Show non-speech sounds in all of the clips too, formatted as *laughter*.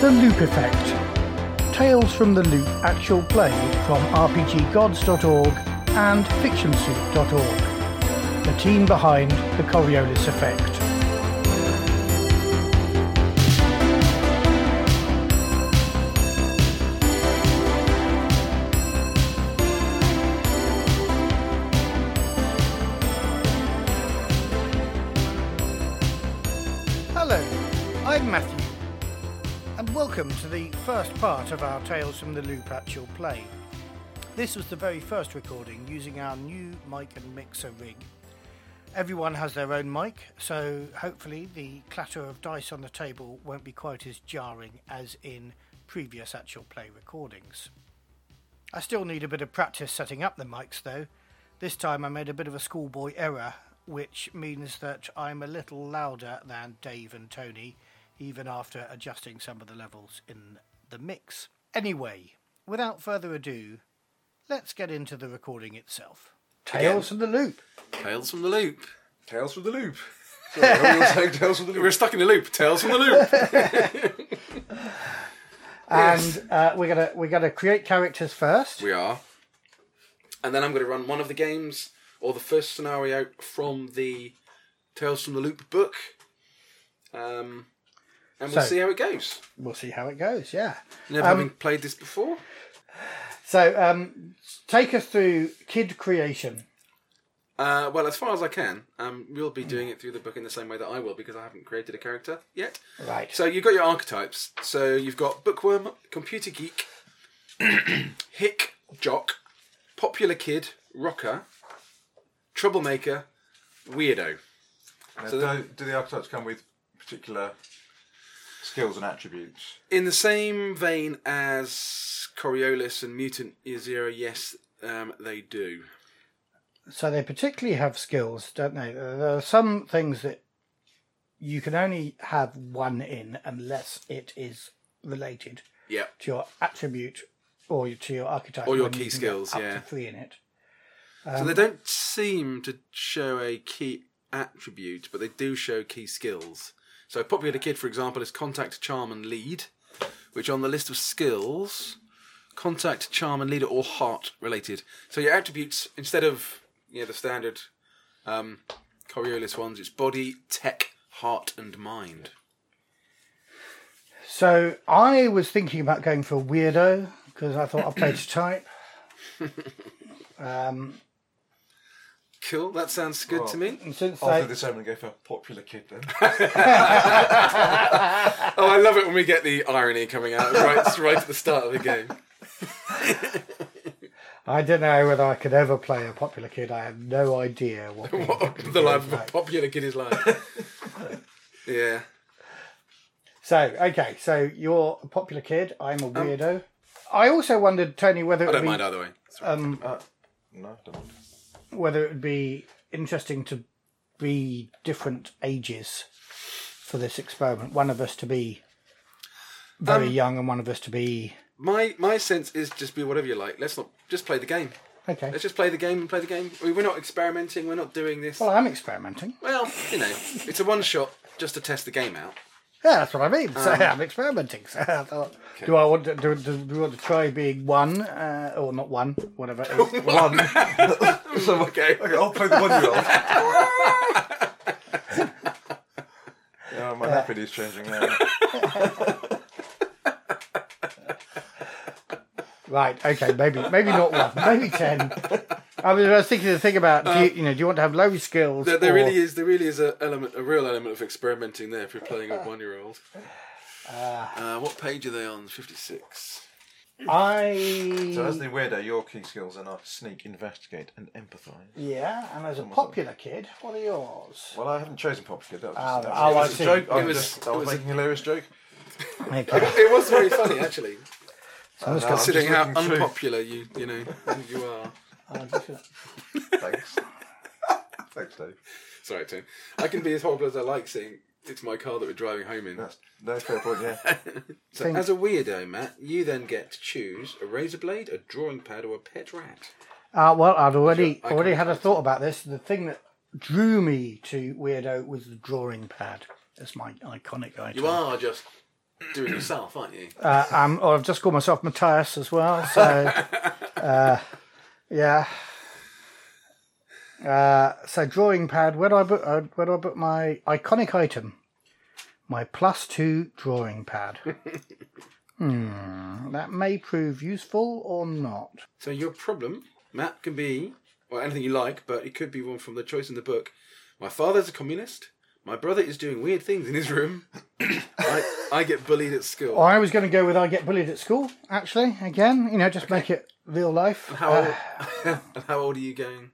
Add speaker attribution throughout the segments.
Speaker 1: The Loop Effect Tales from the Loop Actual Play from RPGGods.org and FictionSoup.org. The team behind The Coriolis Effect. Hello, I'm Matthew, and welcome to the first part of our Tales from the Loop actual play. This was the very first recording using our new mic and mixer rig. Everyone has their own mic, so hopefully the clatter of dice on the table won't be quite as jarring as in previous actual play recordings. I still need a bit of practice setting up the mics though. This time I made a bit of a schoolboy error, which means that I'm a little louder than Dave and Tony, even after adjusting some of the levels in the mix. Anyway, without further ado, let's get into the recording itself. Tales from the Loop.
Speaker 2: Tales from the loop.
Speaker 3: Tales from
Speaker 2: *laughs*
Speaker 3: the Loop. Sorry, I was saying Tales from the
Speaker 2: We
Speaker 3: Loop.
Speaker 2: were stuck in the loop. Tales from the loop.
Speaker 3: *laughs*
Speaker 1: And uh, we're gonna we're gonna create characters first.
Speaker 2: we are. And then I'm going to run one of the games or the first scenario from the Tales from the Loop book. Um, and we'll
Speaker 1: So- um,
Speaker 2: see how it goes.
Speaker 1: We'll see how it goes. Yeah.
Speaker 2: Never having played this before.
Speaker 1: So um, take us through kid creation.
Speaker 2: Uh, well, as far as I can, um, we'll be doing it through the book in the same way that I will because I haven't created a character yet.
Speaker 1: Right.
Speaker 2: So you've got your archetypes. So you've got bookworm, computer geek, *clears throat* hick, jock, popular kid, rocker, troublemaker, weirdo.
Speaker 3: Now,
Speaker 2: So the-
Speaker 3: do, do the archetypes come with particular skills and attributes?
Speaker 2: In the same vein as Coriolis and mutant Zero, yes, um, they do.
Speaker 1: So they particularly have skills, don't they? There are some things that you can only have one in unless it is related
Speaker 2: Yeah.
Speaker 1: to your attribute or to your archetype.
Speaker 2: Or your
Speaker 1: when you
Speaker 2: key
Speaker 1: can get
Speaker 2: skills,
Speaker 1: up
Speaker 2: yeah.
Speaker 1: to three in it.
Speaker 2: So they don't seem to show a key attribute, but they do show key skills. So popular kid, for example, is contact, charm, and lead, which on the list of skills, contact, charm, and lead are all heart related. So your attributes, instead of you know, the standard um, Coriolis ones, it's body, tech, heart, and mind.
Speaker 1: So I was thinking about going for a weirdo because I thought I played to type.
Speaker 2: Cool. That sounds good to me.
Speaker 1: And since
Speaker 3: I'll
Speaker 1: I,
Speaker 3: do the same and go for popular kid then.
Speaker 2: Oh, I love it when we get the irony coming out right, right at the start of the game.
Speaker 1: I don't know whether I could ever play a popular kid. I have no idea what. being a
Speaker 2: *laughs*
Speaker 1: popular
Speaker 2: the
Speaker 1: kid
Speaker 2: life
Speaker 1: is
Speaker 2: of a
Speaker 1: like.
Speaker 2: popular kid is like. *laughs* yeah.
Speaker 1: So okay, so you're a popular kid. I'm a weirdo. I also wondered, Tony, whether it
Speaker 2: Um, I
Speaker 1: would
Speaker 2: don't
Speaker 1: be,
Speaker 2: mind either way.
Speaker 1: um,
Speaker 3: *laughs* no, don't want to.
Speaker 1: whether it would be interesting to be different ages for this experiment. One of us to be very
Speaker 2: Um,
Speaker 1: young, and one of us to be
Speaker 2: My my sense is just be whatever you like. Let's not just play the game.
Speaker 1: okay.
Speaker 2: Let's just play the game and play the game. I mean, we're not experimenting. We're not doing this.
Speaker 1: Well, I'm experimenting.
Speaker 2: Well, you know, it's a one shot just to test the game out.
Speaker 1: Yeah, that's what I mean. *laughs*
Speaker 2: Um,
Speaker 1: So I'm experimenting. *laughs* So I thought, do I want to do, do, do I want to try being one uh, or not one, whatever it
Speaker 2: *laughs*
Speaker 1: is. one.
Speaker 3: *laughs*
Speaker 2: okay.
Speaker 3: Okay, I'll play the one year old. *laughs* yeah, my nappy is changing now.
Speaker 1: Right. Okay. Maybe maybe not one. Maybe ten. I was, I was thinking the thing about do you, you know do you want to have low skills?
Speaker 2: Um, There, there
Speaker 1: or-
Speaker 2: really is there really is a element a real element of experimenting there if you're playing a one year old. Uh, what page are they on? Fifty six.
Speaker 1: I
Speaker 3: So, as the weirdo, your key skills are not sneak, investigate, and empathise.
Speaker 1: yeah, and as a popular kid, what are yours?
Speaker 3: Well, I haven't chosen popular kid. That was just,
Speaker 1: Oh,
Speaker 3: that
Speaker 1: oh, I
Speaker 3: was, it was
Speaker 1: see.
Speaker 3: a joke. I
Speaker 2: It
Speaker 3: was,
Speaker 2: was-
Speaker 3: just, I was,
Speaker 2: it was a-
Speaker 3: making a hilarious joke.
Speaker 2: *laughs*
Speaker 1: Okay.
Speaker 2: It was very funny actually,
Speaker 1: So let's
Speaker 3: Uh,
Speaker 1: go-
Speaker 3: I'm just
Speaker 2: considering how
Speaker 3: looking through.
Speaker 2: unpopular you you know you are.
Speaker 1: I'll just-
Speaker 3: Thanks. Thanks, Dave.
Speaker 2: Sorry, Tim. I can be as horrible as I like, seeing it's my car that we're driving home in.
Speaker 3: That's no fair point. Yeah.
Speaker 2: So,
Speaker 1: Thank-
Speaker 2: as a weirdo, Matt, you then get to choose a razor blade, a drawing pad, or a pet rat.
Speaker 1: Uh, well, I'd already
Speaker 2: Sure, I
Speaker 1: already
Speaker 2: can
Speaker 1: had a thought about this. The thing that drew me to weirdo was the drawing pad. That's my iconic item.
Speaker 2: You are just doing yourself, aren't you?
Speaker 1: Uh, um, or I've just called myself Matthias as well. So,
Speaker 2: *laughs*
Speaker 1: uh, yeah. Uh, so drawing pad. Where do I put? Uh, where do I put my iconic item? My plus two drawing
Speaker 2: *laughs*
Speaker 1: pad. hmm, that may prove useful or not.
Speaker 2: So your problem map can be well anything you like, but it could be one from the choice in the book. My father's a communist. My brother is doing weird things in his room. *coughs* I, I get bullied at school.
Speaker 1: I was going to go with I get bullied at school. Actually, again, you know, just make it real life.
Speaker 2: How
Speaker 1: Uh, *sighs*
Speaker 2: old, *laughs* and how old are you going?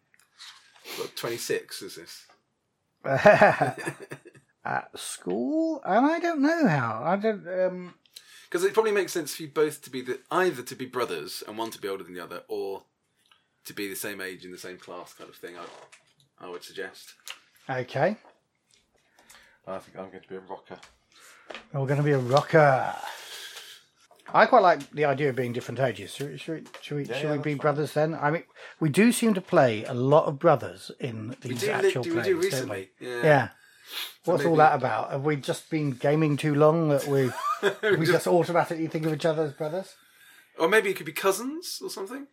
Speaker 2: What, 26 is this? *laughs*
Speaker 1: Uh, *laughs* at school, and I don't know how. I don't. Um,
Speaker 2: Because it probably makes sense for you both to be the, either to be brothers and one to be older than the other, or to be the same age in the same class kind of thing. I, I would suggest.
Speaker 1: okay,
Speaker 3: I think I'm going to be a rocker.
Speaker 1: we're going to be a rocker. I quite like the idea of being different ages. Should we? Should we? Should we,
Speaker 3: Yeah,
Speaker 1: should
Speaker 3: yeah,
Speaker 1: we
Speaker 3: that's
Speaker 1: be
Speaker 3: fine.
Speaker 1: brothers then? I mean, we do seem to play a lot of brothers in
Speaker 2: We
Speaker 1: these
Speaker 2: do, li-
Speaker 1: actual
Speaker 2: do we
Speaker 1: plays.
Speaker 2: do
Speaker 1: don't
Speaker 2: recently?
Speaker 1: we?
Speaker 2: Yeah.
Speaker 1: Yeah. What's all
Speaker 2: maybe-
Speaker 1: that about? Have we just been gaming too long that
Speaker 2: *laughs*
Speaker 1: we we just automatically think of each other as brothers?
Speaker 2: Or maybe it could be cousins or something.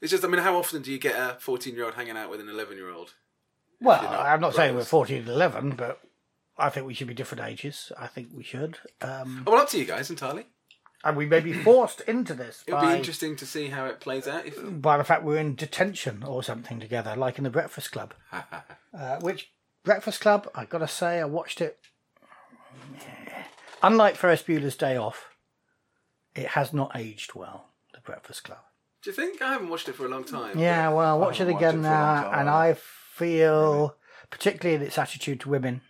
Speaker 2: It's just, I mean, how often do you get a 14 year old hanging out with an 11 year old?
Speaker 1: Well,
Speaker 2: not
Speaker 1: I'm not saying we're
Speaker 2: brothers.
Speaker 1: 14 and 11, but I think we should be different ages. I think we should. Um,
Speaker 2: Oh, well, up to you guys entirely.
Speaker 1: and we
Speaker 3: *clears throat*
Speaker 1: may be forced into this
Speaker 2: It'll
Speaker 1: by,
Speaker 2: be interesting to see how it plays out. If,
Speaker 1: by the fact we're in detention or something together, like in the Breakfast
Speaker 3: *laughs*
Speaker 1: Club. uh, which Breakfast Club, i got to say, I watched it. Unlike Ferris Bueller's Day Off, it has not aged well, the Breakfast Club.
Speaker 2: do you think? I haven't watched it for a long time.
Speaker 1: Yeah, well,
Speaker 3: I
Speaker 1: watch it
Speaker 3: haven't watched it
Speaker 1: again
Speaker 3: for a long
Speaker 1: now,
Speaker 3: time
Speaker 1: and I
Speaker 3: either.
Speaker 1: feel, particularly in its attitude to women,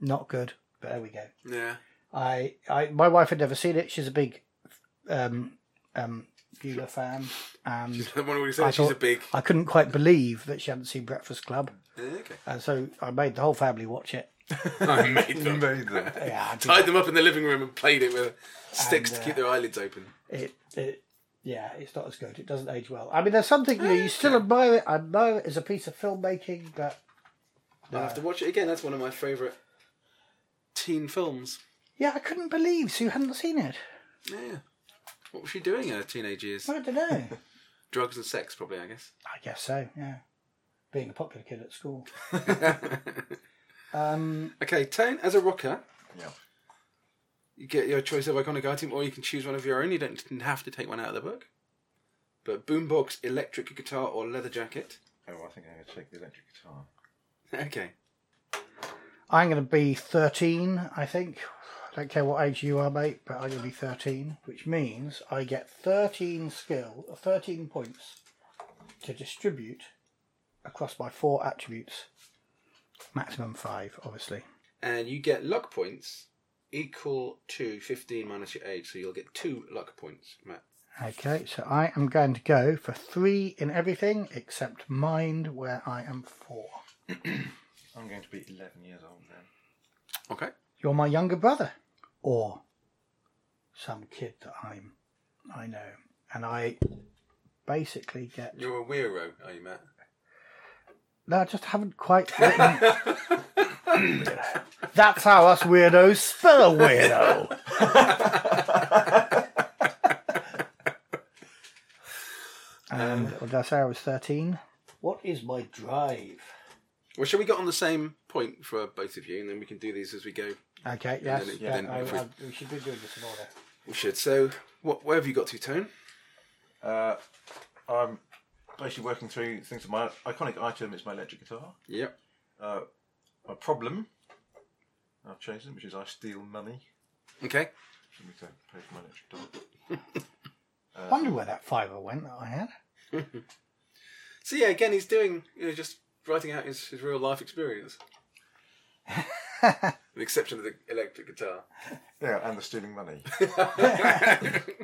Speaker 1: not good. But there we go.
Speaker 2: Yeah. *laughs*
Speaker 1: I, I my wife had never seen it. She's a big um, um, Bueller fan, and
Speaker 2: The one where you said
Speaker 1: I
Speaker 2: she's a
Speaker 1: thought-
Speaker 2: *laughs* big.
Speaker 1: I couldn't quite believe that she hadn't seen Breakfast Club,
Speaker 2: Yeah, Okay.
Speaker 1: and so I made the whole family watch it.
Speaker 2: I made
Speaker 3: You
Speaker 1: *laughs*
Speaker 2: them.
Speaker 3: made them.
Speaker 2: *laughs*
Speaker 1: Yeah, I did.
Speaker 2: Tied them up in the living room and played it with sticks
Speaker 1: And,
Speaker 2: to
Speaker 1: uh,
Speaker 2: keep their eyelids open.
Speaker 1: it, it yeah, it's not as good. It doesn't age well. I mean, there's something you, know, you still admire it. I admire it as a piece of filmmaking, but
Speaker 2: I'll have to watch it again. That's one of my favourite teen films.
Speaker 1: yeah, I couldn't believe Sue hadn't seen it.
Speaker 2: Yeah. What was she doing in her teenage years?
Speaker 1: I don't *laughs* know.
Speaker 2: Drugs and sex, probably, I guess.
Speaker 1: I guess so. Yeah, being a popular kid at school.
Speaker 2: *laughs*
Speaker 1: Um,
Speaker 2: okay, Tone, as a rocker,
Speaker 3: Yeah.
Speaker 2: you get your choice of iconic item, or you can choose one of your own. You don't have to take one out of the book. But boombox, electric guitar, or leather jacket. *laughs*
Speaker 3: Oh, I think I'm going to take the electric guitar.
Speaker 2: Okay.
Speaker 1: I'm going to be 13, I think. I don't care what age you are, mate, but I'm going to be 13, which means I get 13 skill, 13 points to distribute across my four attributes. Maximum five, obviously.
Speaker 2: And you get luck points equal to 15 minus your age, so you'll get two luck points, Matt.
Speaker 1: Okay, so I am going to go for three in everything except mind, where I am four.
Speaker 3: I'm going to be 11 years old then.
Speaker 2: Okay.
Speaker 1: You're my younger brother, or some kid that I'm, I know, and I basically get
Speaker 2: You're a weirdo, are you, Matt?
Speaker 1: No, I just haven't quite written. That's how us weirdos spell weirdo. and what did I say I was 13? Um, What is my drive?
Speaker 2: Well, shall we get on the same point for both of you, and then we can do these as we go?
Speaker 1: Okay, yes.
Speaker 2: then it-
Speaker 1: yeah,
Speaker 2: then
Speaker 1: I,
Speaker 2: if we-
Speaker 1: I- we should be doing this in order.
Speaker 2: We should. So, what, where have you got to, Tone?
Speaker 3: Uh, I'm basically working through things. My iconic item is my electric guitar.
Speaker 2: Yep.
Speaker 3: Uh, my problem I've chosen, which is I steal money.
Speaker 2: Okay.
Speaker 3: Should we say pay for my electric Uh, guitar? *laughs*
Speaker 1: Wonder where that fiver went that I had.
Speaker 2: So yeah, again, he's doing you know just writing out his, his real life experience.
Speaker 1: *laughs*
Speaker 2: With the exception of the electric
Speaker 1: *laughs*
Speaker 2: guitar. *laughs*
Speaker 3: Yeah, and the stealing money. *laughs*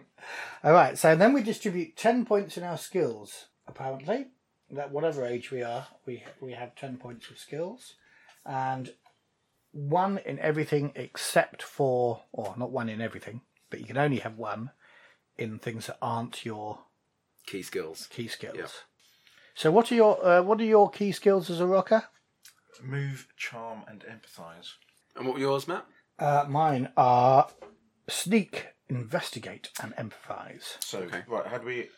Speaker 1: All right, so then we distribute 10 points in our skills, apparently. That whatever age we are, we, we have 10 points of skills. And one in everything except for, or not one in everything, but you can only have one in things that aren't your
Speaker 2: Key skills.
Speaker 1: key skills.
Speaker 2: Yeah.
Speaker 1: So what are your uh, what are your key skills as a rocker?
Speaker 3: Move, charm, and empathise.
Speaker 2: And what were yours, Matt?
Speaker 1: Uh, mine are Sneak, investigate, and empathise.
Speaker 3: So, right, how do we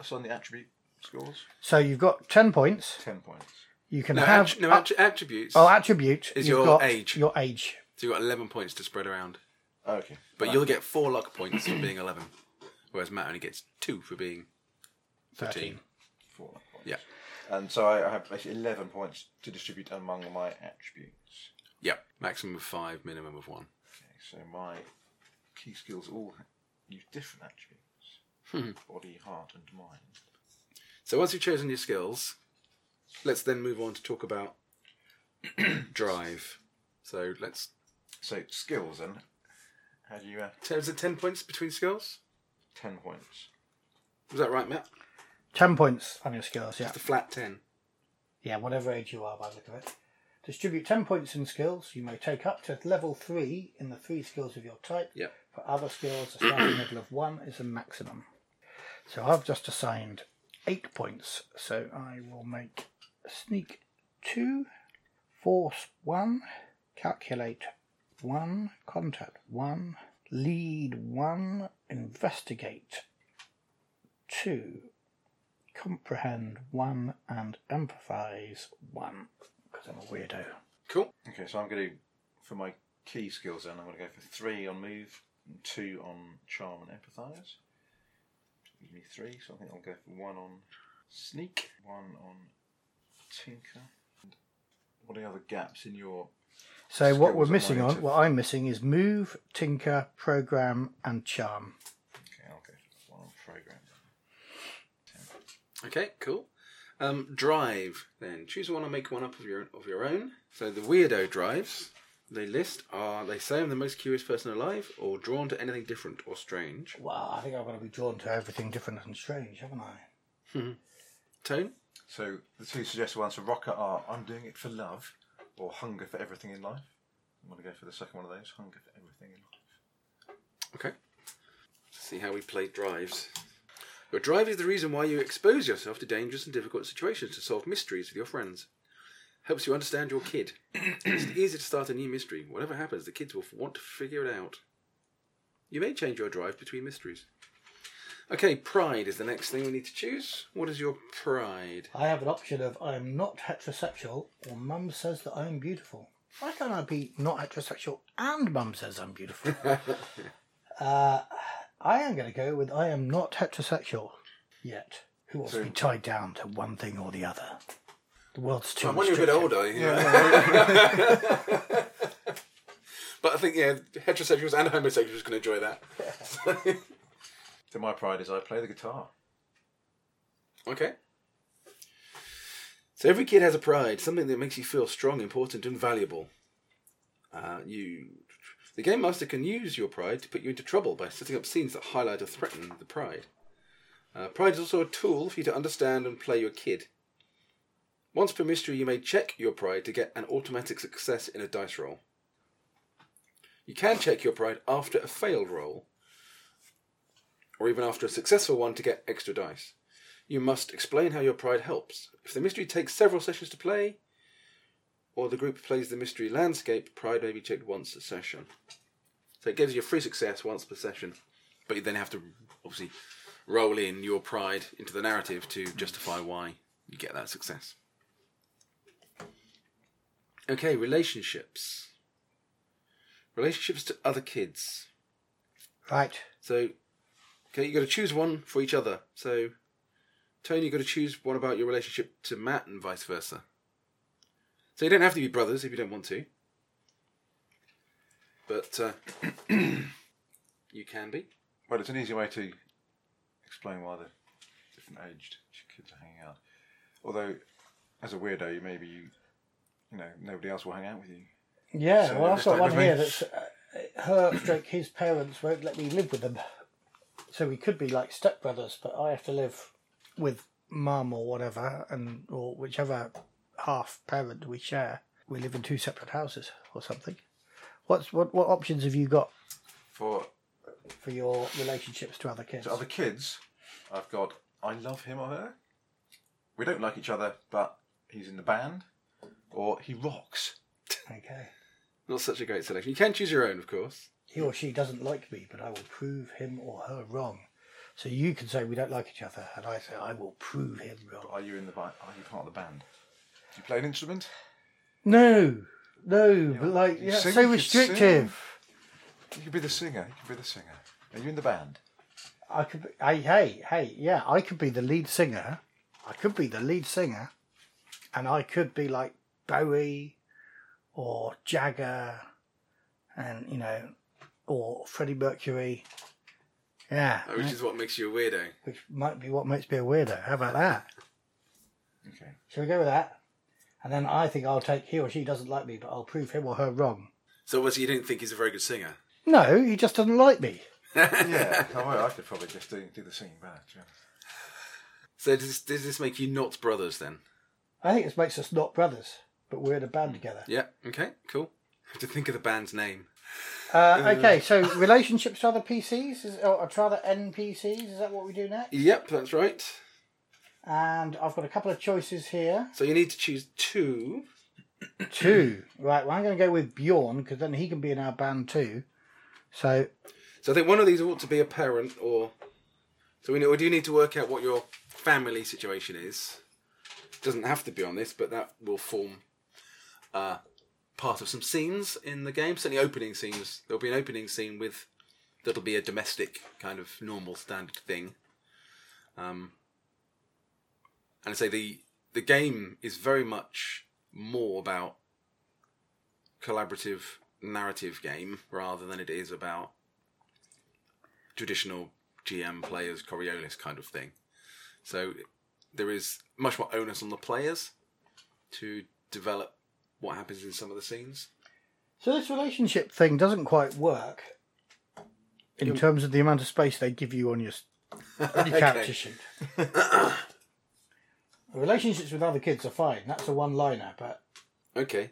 Speaker 3: assign the attribute scores?
Speaker 1: So you've got 10 points.
Speaker 3: 10 points.
Speaker 1: You can
Speaker 2: No,
Speaker 1: have.
Speaker 2: attri- no
Speaker 1: uh,
Speaker 2: attri- attributes.
Speaker 1: oh, attribute
Speaker 2: is
Speaker 1: you've
Speaker 2: your
Speaker 1: got
Speaker 2: age.
Speaker 1: Your age.
Speaker 2: so you've got 11 points to spread around.
Speaker 3: Oh, okay.
Speaker 2: But you'll get four luck points for being 11, whereas Matt only gets two for being
Speaker 1: 13.
Speaker 2: 13.
Speaker 3: Four points.
Speaker 2: Yeah.
Speaker 3: And so I I have basically 11 points to distribute among my attributes.
Speaker 2: Yep. Maximum of five, minimum of one.
Speaker 3: Okay, so my key skills all ha- use different attributes body, heart, and mind.
Speaker 2: So once you've chosen your skills, let's then move on to talk about *clears throat* drive. So let's.
Speaker 3: So, skills then. How do you have
Speaker 2: so Is it 10 points between skills?
Speaker 3: 10 points?
Speaker 2: Was that right, Matt?
Speaker 1: 10 points on your skills, yeah.
Speaker 2: Just a flat 10.
Speaker 1: Yeah, whatever age you are by the look of it. Distribute 10 points in skills. You may take up to level 3 in the 3 skills of your type.
Speaker 2: Yep.
Speaker 1: For other skills, the starting *coughs* level of 1 is the maximum. So I've just assigned 8 points. So I will make sneak 2, force 1, calculate 1, contact 1, lead 1, investigate 2 comprehend one and empathize one because I'm a weirdo.
Speaker 2: Cool.
Speaker 3: Okay, so I'm going to, for my key skills then, I'm going to go for three on move and two on charm and empathize. Give me three, so I think I'll go for one on sneak, one on tinker. What are the other gaps in your.
Speaker 1: So what we're
Speaker 3: Skills are
Speaker 1: missing on,
Speaker 3: relative.
Speaker 1: what I'm missing is move, tinker, program, and charm.
Speaker 3: Okay, I'll go for one on program.
Speaker 2: Okay, cool. Um, drive, then. Choose one or make one up of your, of your own. So the weirdo drives they list are they say I'm the most curious person alive or drawn to anything different or strange.
Speaker 1: Wow, I think I'm going to be drawn to everything different and strange, haven't I?
Speaker 2: Tone?
Speaker 3: So the two suggested ones for Rocker are I'm doing it for love or hunger for everything in life. I'm going to go for the second one of those hunger for everything in life.
Speaker 2: Okay. See how we play drives. Your drive is the reason why you expose yourself to dangerous and difficult situations to solve mysteries with your friends. Helps you understand your kid. it's easy to start a new mystery. Whatever happens, the kids will want to figure it out. You may change your drive between mysteries. Okay, pride is the next thing we need to choose. What is your pride?
Speaker 1: I have an option of I'm not heterosexual or mum says that I'm beautiful. Why can't I be not heterosexual and mum says I'm *laughs* beautiful? uh, I am going to go with I am not heterosexual yet. Who wants to be tied down to one thing or the other? The world's too
Speaker 2: when you're a bit
Speaker 1: restrictive.
Speaker 2: older, *laughs* but I think yeah, heterosexuals and homosexuals can enjoy that.
Speaker 3: So my pride is I play the guitar.
Speaker 2: Okay. So every kid has a pride, something that makes you feel strong, important, and valuable. Uh, you, the game master can use your pride to put you into trouble by setting up scenes that highlight or threaten the pride. Uh, pride is also a tool for you to understand and play your kid. Once per mystery, you may check your pride to get an automatic success in a dice roll. You can check your pride after a failed roll, or even after a successful one to get extra dice. You must explain how your pride helps. If the mystery takes several sessions to play, or the group plays the mystery landscape, pride may be checked once a session. So it gives you a free success once per session, but you then have to obviously roll in your pride into the narrative to justify why you get that success. Okay, relationships. Relationships to other kids.
Speaker 1: Right.
Speaker 2: So, okay, you got to choose one for each other. So, Tony, you got to choose one about your relationship to Matt, and vice versa. So you don't have to be brothers if you don't want to, but uh, *clears throat* you can be.
Speaker 3: Well, it's an easy way to explain why the different aged kids are hanging out. Although, as a weirdo, you maybe you, you know, nobody else will hang out with you.
Speaker 1: Yeah,
Speaker 3: So
Speaker 1: well, I've
Speaker 3: it's
Speaker 1: got
Speaker 3: like
Speaker 1: one
Speaker 3: the
Speaker 1: here
Speaker 3: main-
Speaker 1: that's uh, her, *clears throat* stroke, his parents won't let me live with them. So we could be like stepbrothers, but I have to live with mum or whatever, and or whichever half parent we share. We live in two separate houses or something. What's what? What options have you got
Speaker 3: For
Speaker 1: for your relationships to other kids?
Speaker 3: to other kids, I've got I love him or her. We don't like each other, but he's in the band, or he rocks.
Speaker 1: Okay.
Speaker 2: Not such a great selection. You can choose your own, of course.
Speaker 1: He or she doesn't like me, but I will prove him or her wrong. So you can say we don't like each other, and I say I will prove him wrong.
Speaker 3: Are you in the ba- Are you part of the band? Do you play an instrument?
Speaker 1: No, no, but like
Speaker 3: you
Speaker 1: yeah,
Speaker 3: sing,
Speaker 1: so
Speaker 3: you could
Speaker 1: restrictive.
Speaker 3: You could be the singer. You could be the singer. Are you in the band?
Speaker 1: I could. Be, hey, hey, hey, yeah, I could be the lead singer. I could be the lead singer, and I could be like Bowie, or Jagger, and you know, or Freddie Mercury. Yeah,
Speaker 2: Which is what makes you a weirdo.
Speaker 1: which might be what makes me a weirdo. How about that?
Speaker 3: Okay.
Speaker 1: *laughs* Shall we go with that? And then I think I'll take he or she doesn't like me, but I'll prove him or her wrong.
Speaker 2: So obviously you didn't think he's a very good singer. *laughs*
Speaker 1: No, he just doesn't like me.
Speaker 3: Yeah. oh, well, I could probably just do, do the singing band. to be honest.
Speaker 2: So does this, does this make you not brothers then?
Speaker 1: I think this makes us not brothers, but we're in a band together.
Speaker 2: Yeah. Okay. Cool. I have to think of the band's name.
Speaker 1: Uh, okay, so relationships to other PCs is, or, or to other NPCs, is that what we do next?
Speaker 2: Yep, that's right.
Speaker 1: And I've got a couple of choices
Speaker 2: *clears throat*
Speaker 1: here.
Speaker 2: So you need to choose two.
Speaker 1: Two. Right, well, I'm going to go with Bjorn because then he can be in our band too. So,
Speaker 2: So I think one of these ought to be a parent, or so we, know, we do need to work out what your family situation is. Doesn't have to be on this, but that will form uh, part of some scenes in the game. Certainly, opening scenes. There'll be an opening scene with that'll be a domestic kind of normal standard thing. Um, and I say the the game is very much more about collaborative narrative game rather than it is about traditional GM players Coriolis kind of thing. So there is much more onus on the players to develop what happens in some of the scenes. *laughs*
Speaker 1: so this relationship thing doesn't quite work in terms of the amount of space they give you on your s- on your character sheet. The relationships with other kids are fine. That's a one-liner, but
Speaker 2: Okay.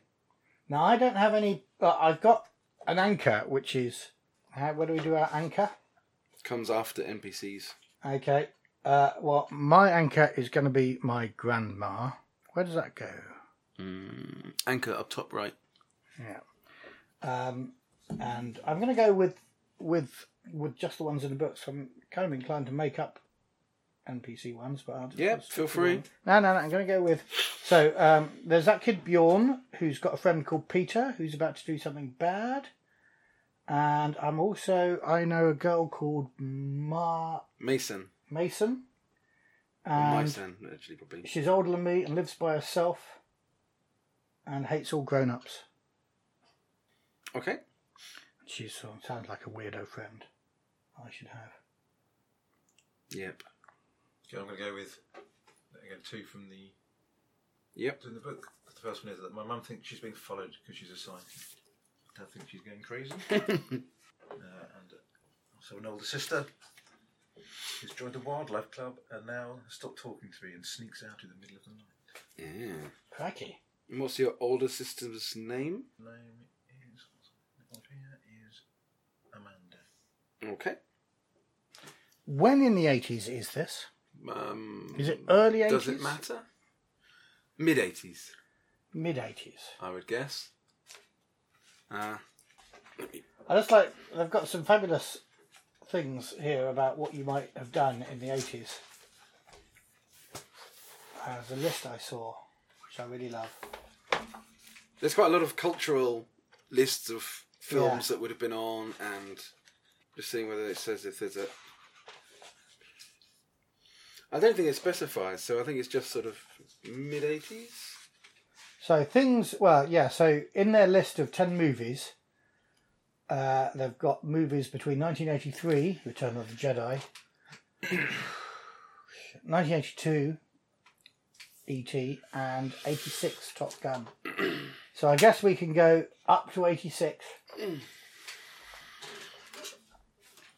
Speaker 1: now I don't have any. Uh, I've got an anchor, which is how, where do we do our anchor?
Speaker 2: Comes after NPCs.
Speaker 1: Okay. Uh, well, my anchor is going to be my grandma. Where does that go?
Speaker 2: Mm, anchor up top right.
Speaker 1: Yeah. Um, and I'm going to go with with with just the ones in the books. I'm kind of inclined to make up NPC ones, but I'll just
Speaker 2: Yeah,
Speaker 1: I'll stick
Speaker 2: feel
Speaker 1: to
Speaker 2: free.
Speaker 1: one. No, no, no. I'm going to go with. So um, there's that kid Bjorn who's got a friend called Peter who's about to do something bad, and I'm also I know a girl called Ma
Speaker 2: Mason.
Speaker 1: Mason.
Speaker 2: Or
Speaker 1: and-
Speaker 2: Myson, actually, probably.
Speaker 1: She's older than me and lives by herself and hates all grown ups.
Speaker 2: Okay.
Speaker 1: She sort of sounds like a weirdo friend I should have.
Speaker 2: Yep.
Speaker 3: Okay, I'm going to go with again two from the
Speaker 2: Yep.
Speaker 3: in the book. The first one is that my mum thinks she's being followed because she's a scientist. Dad thinks she's
Speaker 2: *laughs*
Speaker 3: going crazy. uh, and uh, also an older sister who's joined the wildlife club and now has stopped talking to me and sneaks out in the middle of the night.
Speaker 2: Yeah.
Speaker 1: Cracky.
Speaker 2: And what's your older sister's name?
Speaker 3: Her name is up here is Amanda.
Speaker 2: Okay.
Speaker 1: When in the 80s is this?
Speaker 2: Um,
Speaker 1: Is it early 80s?
Speaker 2: Does it matter? Mid 80s.
Speaker 1: Mid 80s.
Speaker 2: I would guess. Uh,
Speaker 1: I just like, they've got some fabulous things here about what you might have done in the 80s. There's a list I saw, which I really love.
Speaker 2: there's quite a lot of cultural lists of films that would have been on, and just seeing whether it says if there's a. I don't think it specifies, so I think it's just sort of mid 80s.
Speaker 1: So things, well, yeah. So in their list of ten movies, uh, they've got movies between 1983, Return of the Jedi, 1982, E.T., E and 86, Top Gun. so I guess we can go up to 86.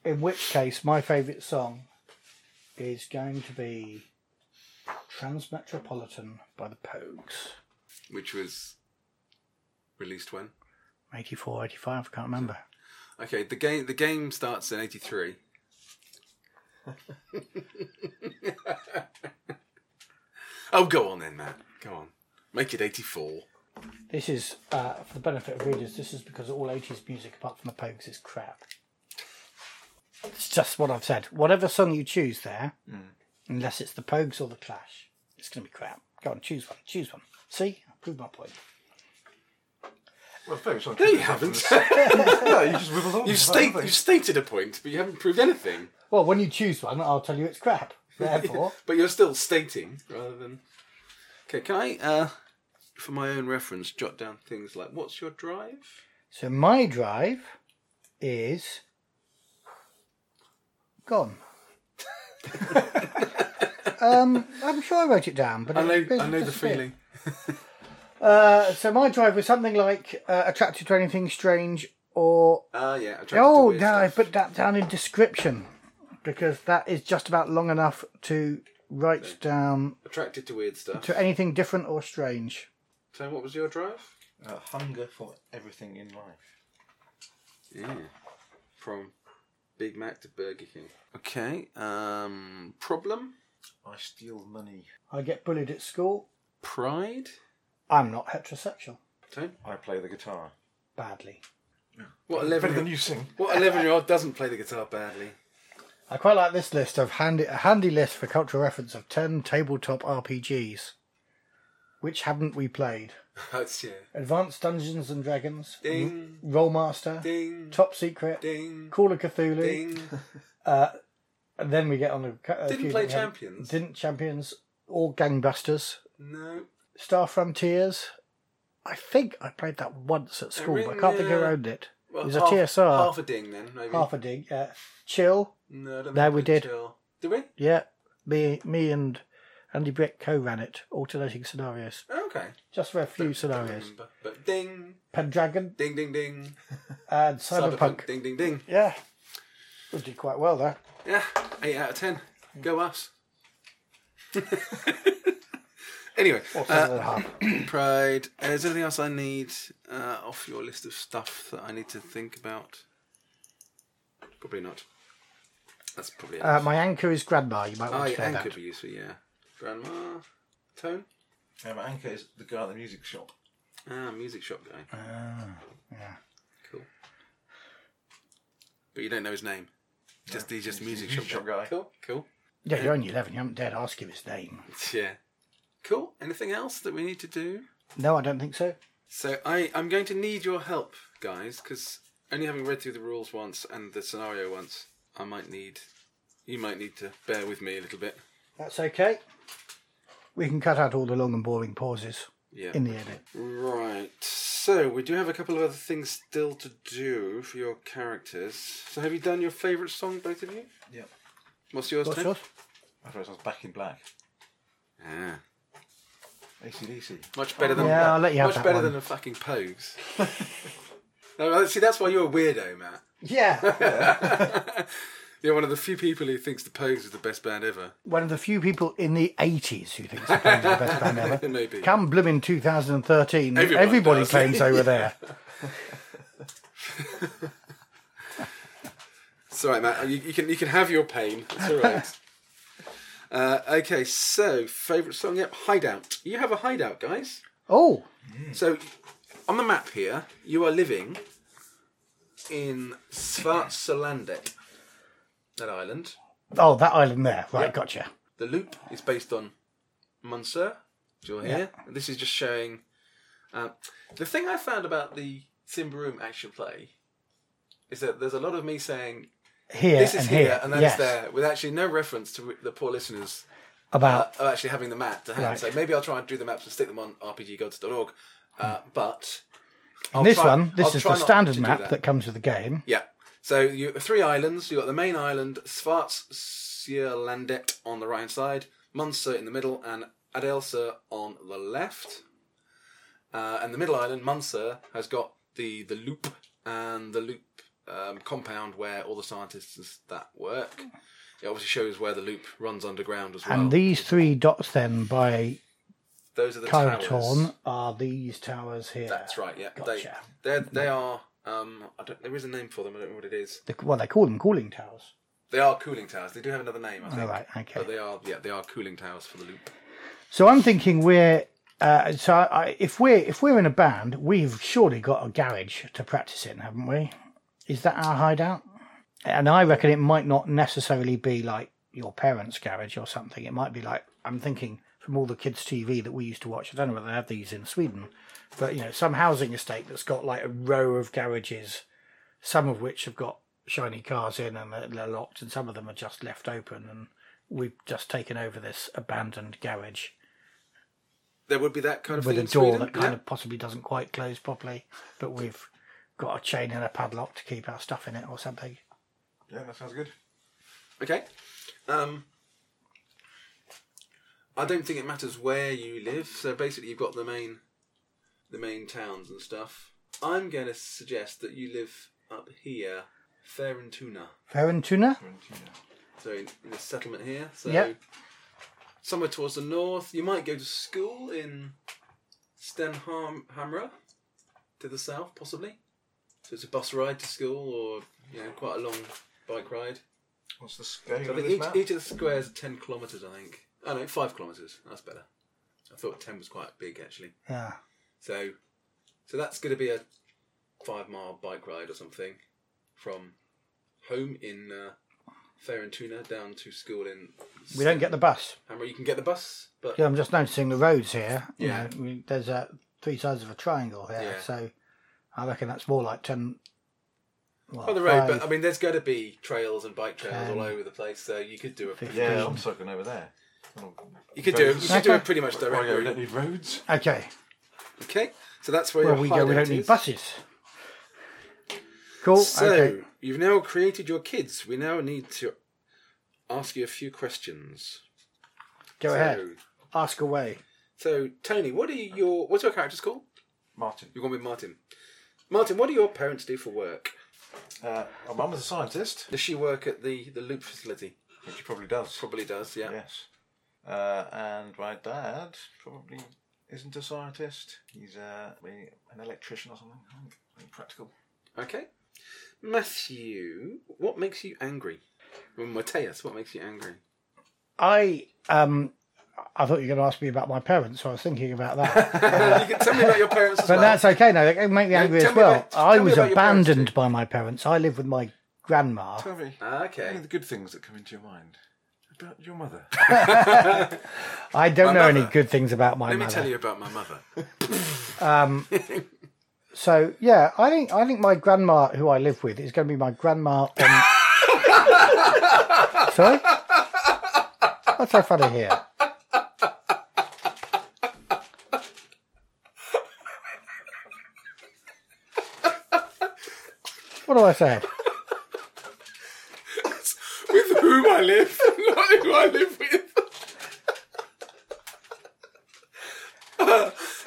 Speaker 1: In which case, my favourite song is going to be Transmetropolitan by the Pogues.
Speaker 2: Which was released when?
Speaker 1: 84, 85, I can't remember.
Speaker 2: Okay, the game the game starts in *laughs* 83. oh, go on then, Matt. Go on. Make it 84.
Speaker 1: This is, uh, for the benefit of readers, this is because all 80s music, apart from the Pogues, is crap. It's just what I've said. Whatever song you choose there, unless it's the Pogues or the Clash, it's going to be crap. Go on, choose one. Choose one. See? I proved my point.
Speaker 3: Well, focus on.
Speaker 2: No, you haven't. *laughs*
Speaker 3: no, you just wibbled on.
Speaker 2: You've, state, you've stated a point, but you haven't proved anything.
Speaker 1: Well, when you choose one, I'll tell you it's *laughs* crap. Therefore,
Speaker 2: But you're still stating rather than. Okay, can I, uh, for my own reference, jot down things like what's your drive?
Speaker 1: so my drive is
Speaker 2: *laughs*
Speaker 1: gone. um, I'm sure I wrote it down, but
Speaker 2: I
Speaker 1: it
Speaker 2: know,
Speaker 1: appears
Speaker 2: I
Speaker 1: to
Speaker 2: know the
Speaker 1: disappear.
Speaker 2: feeling.
Speaker 1: Uh, so my drive was something like uh, attracted to anything strange or
Speaker 2: Ah, yeah. attracted to
Speaker 1: oh no,
Speaker 2: weird
Speaker 1: I
Speaker 2: stuff.
Speaker 1: put that down in description because that is just about long enough to write down
Speaker 2: Attracted to weird stuff.
Speaker 1: to anything different or strange.
Speaker 2: So, what was your drive?
Speaker 3: Uh, hunger for everything in life.
Speaker 2: Yeah. From Big Mac to Burger King. Okay. Um, problem?
Speaker 3: I steal money.
Speaker 1: I get bullied at school.
Speaker 2: Pride?
Speaker 1: I'm not heterosexual.
Speaker 2: Don't.
Speaker 3: I play the guitar.
Speaker 1: Badly.
Speaker 2: What 11 year,
Speaker 3: you sing.
Speaker 2: What 11 year old doesn't play the guitar badly? *laughs*
Speaker 1: I quite like this list of handy a handy list for cultural reference of ten tabletop RPGs. Which haven't we played?
Speaker 2: That's yeah.
Speaker 1: Advanced Dungeons and Dragons,
Speaker 2: Ding,
Speaker 1: Rollmaster,
Speaker 2: ding,
Speaker 1: Mm. Top Secret,
Speaker 2: ding,
Speaker 1: Call of Cthulhu, *laughs* uh,
Speaker 2: ding.
Speaker 1: And then we get on a, a
Speaker 2: Didn't
Speaker 1: few
Speaker 2: play
Speaker 1: that we haven't-
Speaker 2: Champions.
Speaker 1: Didn't champions or gangbusters?
Speaker 2: No.
Speaker 1: Star Frontiers. I think I played that once at school, but I
Speaker 2: ring,
Speaker 1: can't think who
Speaker 2: uh,
Speaker 1: owned it.
Speaker 2: Well,
Speaker 1: it was a
Speaker 2: half-
Speaker 1: TSR, half
Speaker 2: Half a ding then, maybe.
Speaker 1: a, dig. Yeah. Chill.
Speaker 2: No, I don't
Speaker 1: No,
Speaker 2: think
Speaker 1: we
Speaker 2: played
Speaker 1: did.
Speaker 2: Chill. Did we?
Speaker 1: Yeah, me, me and Andy Brick co-ran it, alternating scenarios,
Speaker 2: Oh, okay.
Speaker 1: just for a few
Speaker 2: Don't
Speaker 1: scenarios.
Speaker 2: remember. But ding,
Speaker 1: Pendragon
Speaker 2: ding, ding, ding.
Speaker 1: and Cyberpunk.
Speaker 2: Ding, ding, ding.
Speaker 1: Yeah, we did quite well there.
Speaker 2: Yeah, 8 out of 10. Go us. *laughs* anyway,
Speaker 1: Or
Speaker 2: uh,
Speaker 1: seven and a half.
Speaker 2: Pride. Uh, Is there anything else I need uh, off your list of stuff that I need to think about? Probably not. That's probably it.
Speaker 1: Uh, my anchor is Grandma. You might
Speaker 2: oh,
Speaker 1: want to
Speaker 2: yeah,
Speaker 1: say
Speaker 2: and
Speaker 1: that.
Speaker 2: could be useful, yeah. Grandma. Tone?
Speaker 3: Um, Anchor is the guy at the music shop.
Speaker 2: Ah, music shop guy.
Speaker 1: Ah. yeah.
Speaker 2: Cool. But you don't know his name. Just he's just
Speaker 3: he's
Speaker 2: music
Speaker 3: the
Speaker 2: shop,
Speaker 3: music shop
Speaker 2: guy.
Speaker 3: guy.
Speaker 2: Cool, cool.
Speaker 1: Yeah, you're only eleven. You haven't dared ask him his name.
Speaker 2: Yeah. Cool. Anything else that we need to do?
Speaker 1: No, I don't think so.
Speaker 2: So I, I'm going to need your help, guys, because only having read through the rules once and the scenario once, I might need, you might need to bear with me a little bit.
Speaker 1: That's okay. We can cut out all the long and boring pauses
Speaker 2: Yeah.
Speaker 1: in the edit.
Speaker 2: right. So we do have a couple of other things still to do for your characters. So have you done your favourite song, both of you?
Speaker 3: Yep.
Speaker 2: What's yours?
Speaker 1: What's
Speaker 2: Tim?
Speaker 1: yours?
Speaker 3: I thought it was Back in Black.
Speaker 2: Ah,
Speaker 3: ACDC. *laughs*
Speaker 2: much better than
Speaker 1: Yeah, I'll let you have
Speaker 2: much
Speaker 1: that
Speaker 2: better
Speaker 1: one.
Speaker 2: than the fucking Pogues. no, see, that's why you're a weirdo, Matt.
Speaker 1: Yeah, *laughs*
Speaker 2: You're one of the few people who thinks the Pogues are the best band ever.
Speaker 1: one of the few people in the '80s who thinks the Pogues are the best band ever.
Speaker 2: Maybe.
Speaker 1: Come blooming 2013,
Speaker 2: Everyone
Speaker 1: everybody
Speaker 2: *laughs* does.
Speaker 1: claims over there.
Speaker 2: It's all right, Matt. You, you can you can have your pain. It's all right.
Speaker 1: *laughs*
Speaker 2: uh, okay, so favorite song. Yep, hideout. You have a hideout, guys.
Speaker 1: Oh,
Speaker 2: So on the map here, you are living in Svartsalandet, that island.
Speaker 1: oh, that island there. Right, gotcha.
Speaker 2: The loop is based on Munster, which you'll hear. This is just showing. Um, the thing I found about the Simbaroom action play is that there's a lot of me saying
Speaker 1: Here
Speaker 2: this is
Speaker 1: and
Speaker 2: here, and that's
Speaker 1: yes,
Speaker 2: there, with actually no reference to the poor listeners uh,
Speaker 1: About
Speaker 2: of actually having the map to hand.
Speaker 1: Uh, Right.
Speaker 2: So maybe I'll try and do the maps and stick them on rpggods.org. Uh, but I'll
Speaker 1: Hmm. and this
Speaker 2: try-
Speaker 1: one. This
Speaker 2: I'll
Speaker 1: is
Speaker 2: try
Speaker 1: the
Speaker 2: not
Speaker 1: standard
Speaker 2: to do
Speaker 1: map
Speaker 2: that.
Speaker 1: that. comes with the game.
Speaker 2: Yeah. So you three islands. You've got the main island, Svartsjölandet on the right side, Munster in the middle, and Adelsa on the left. Uh, and the middle island, Munster, has got the, the loop and the loop um, compound where all the scientists that work. It obviously shows where the loop runs underground as well.
Speaker 1: And these three dots then by
Speaker 2: Those are the towers.
Speaker 1: Kyrotorn are these towers here.
Speaker 2: That's right. Yeah,
Speaker 1: Gotcha.
Speaker 2: they they they are. Um, I don't. There is a name for them. I don't know what it is.
Speaker 1: The, well, they call them cooling towers.
Speaker 2: They are cooling towers. They do have another name. I think.
Speaker 1: All right, okay.
Speaker 2: But they are, yeah, they are cooling towers for the loop.
Speaker 1: So I'm thinking we're Uh, so I, I, if we're if we're in a band, we've surely got a garage to practice in, haven't we? Is that our hideout? And I reckon it might not necessarily be like your parents' garage or something. It might be like I'm thinking from all the kids' TV that we used to watch. I don't know whether they have these in Sweden, but you know, some housing estate that's got like a row of garages, some of which have got shiny cars in and they're, they're locked, and some of them are just left open. And we've just taken over this abandoned garage
Speaker 2: There would be that kind of
Speaker 1: with
Speaker 2: thing
Speaker 1: a
Speaker 2: in
Speaker 1: door
Speaker 2: Sweden,
Speaker 1: that kind
Speaker 2: yeah.
Speaker 1: of possibly doesn't quite close properly, but we've got a chain and a padlock to keep our stuff in it or something.
Speaker 3: Yeah, that sounds good.
Speaker 2: Okay. Um, I don't think it matters where you live. So basically, you've got the main, the main towns and stuff. I'm going to suggest that you live up here, Ferentuna.
Speaker 1: Ferentuna?
Speaker 3: Fiorentina.
Speaker 2: So in, in the settlement here. So
Speaker 1: Yeah.
Speaker 2: somewhere towards the north. You might go to school in Stenhamra, to the south, possibly. So it's a bus ride to school, or you know, quite a long bike ride.
Speaker 3: What's the scale
Speaker 2: So I
Speaker 3: of
Speaker 2: think
Speaker 3: this
Speaker 2: each,
Speaker 3: map?
Speaker 2: each of the squares are 10 kilometres, I think. Oh no, 5 kilometres. That's better. I thought 10 was quite big, actually.
Speaker 1: Yeah.
Speaker 2: So so that's going to be a 5 mile bike ride or something from home in uh, Ferentuna down to school in.
Speaker 1: We don't get the bus.
Speaker 2: Hammer. You can get the bus, but
Speaker 1: Yeah, I'm just noticing the roads here. You
Speaker 2: Yeah.
Speaker 1: know, we- there's a, three sides of a triangle here,
Speaker 2: Yeah.
Speaker 1: so I reckon that's more like 10. Well,
Speaker 2: on the road.
Speaker 1: five.
Speaker 2: But I mean, there's going to be trails and bike trails all
Speaker 1: Um,
Speaker 2: over the place, so you could do a
Speaker 3: Yeah,
Speaker 1: Fifteen.
Speaker 3: I'm circling over there. Oh,
Speaker 2: you could do you
Speaker 3: roads.
Speaker 2: could do a
Speaker 1: Okay.
Speaker 2: pretty much direct
Speaker 3: Oh, yeah, we
Speaker 2: route.
Speaker 3: don't need roads.
Speaker 1: okay,
Speaker 2: Okay, so that's um, where
Speaker 1: where
Speaker 2: your
Speaker 1: we go, we
Speaker 2: hideout
Speaker 1: don't need
Speaker 2: is.
Speaker 1: buses. Cool.
Speaker 2: So
Speaker 1: okay.
Speaker 2: you've now created your kids. We now need to ask you a few questions.
Speaker 1: Go
Speaker 2: so,
Speaker 1: ahead. Ask away.
Speaker 2: So Tony, what are your what's your character's called?
Speaker 3: Martin.
Speaker 2: You're going with Martin. Martin, what do your parents do for work?
Speaker 3: Uh, my mum was a scientist,
Speaker 2: Does she work at the the loop facility?
Speaker 3: which she probably does.
Speaker 2: Probably does. Yeah.
Speaker 3: Yes. Uh, and my dad probably isn't a scientist. He's uh, maybe an electrician or something. I think. Very Practical.
Speaker 2: Okay. Matthew, what makes you angry? Well, Mateus, what makes you angry? *laughs*
Speaker 1: I um, I thought you were going to ask me about my parents, so I was thinking about
Speaker 2: *laughs*
Speaker 1: that.
Speaker 2: you can tell me about your parents as
Speaker 1: But
Speaker 2: well.
Speaker 1: that's okay. No, it can make me
Speaker 2: No,
Speaker 1: angry
Speaker 2: tell
Speaker 1: as
Speaker 2: me
Speaker 1: well.
Speaker 2: about-
Speaker 1: I
Speaker 2: tell
Speaker 1: was
Speaker 2: me about your parents,
Speaker 1: abandoned
Speaker 2: Dick.
Speaker 1: by my parents. I live with my grandma.
Speaker 3: Tell me,
Speaker 2: Ah,
Speaker 3: any of
Speaker 2: okay.
Speaker 3: the good things that come into your mind about your mother?
Speaker 1: I don't know any
Speaker 2: mother.
Speaker 1: good things about my
Speaker 2: Let me
Speaker 1: mother. Um,
Speaker 2: tell you about my mother. *laughs*
Speaker 1: So yeah, I think I think my grandma, who I live with, is going to be my grandma.
Speaker 2: *laughs*
Speaker 1: On... Sorry, what's so funny here? What do I say?
Speaker 2: with whom I live, *laughs* not who I live with.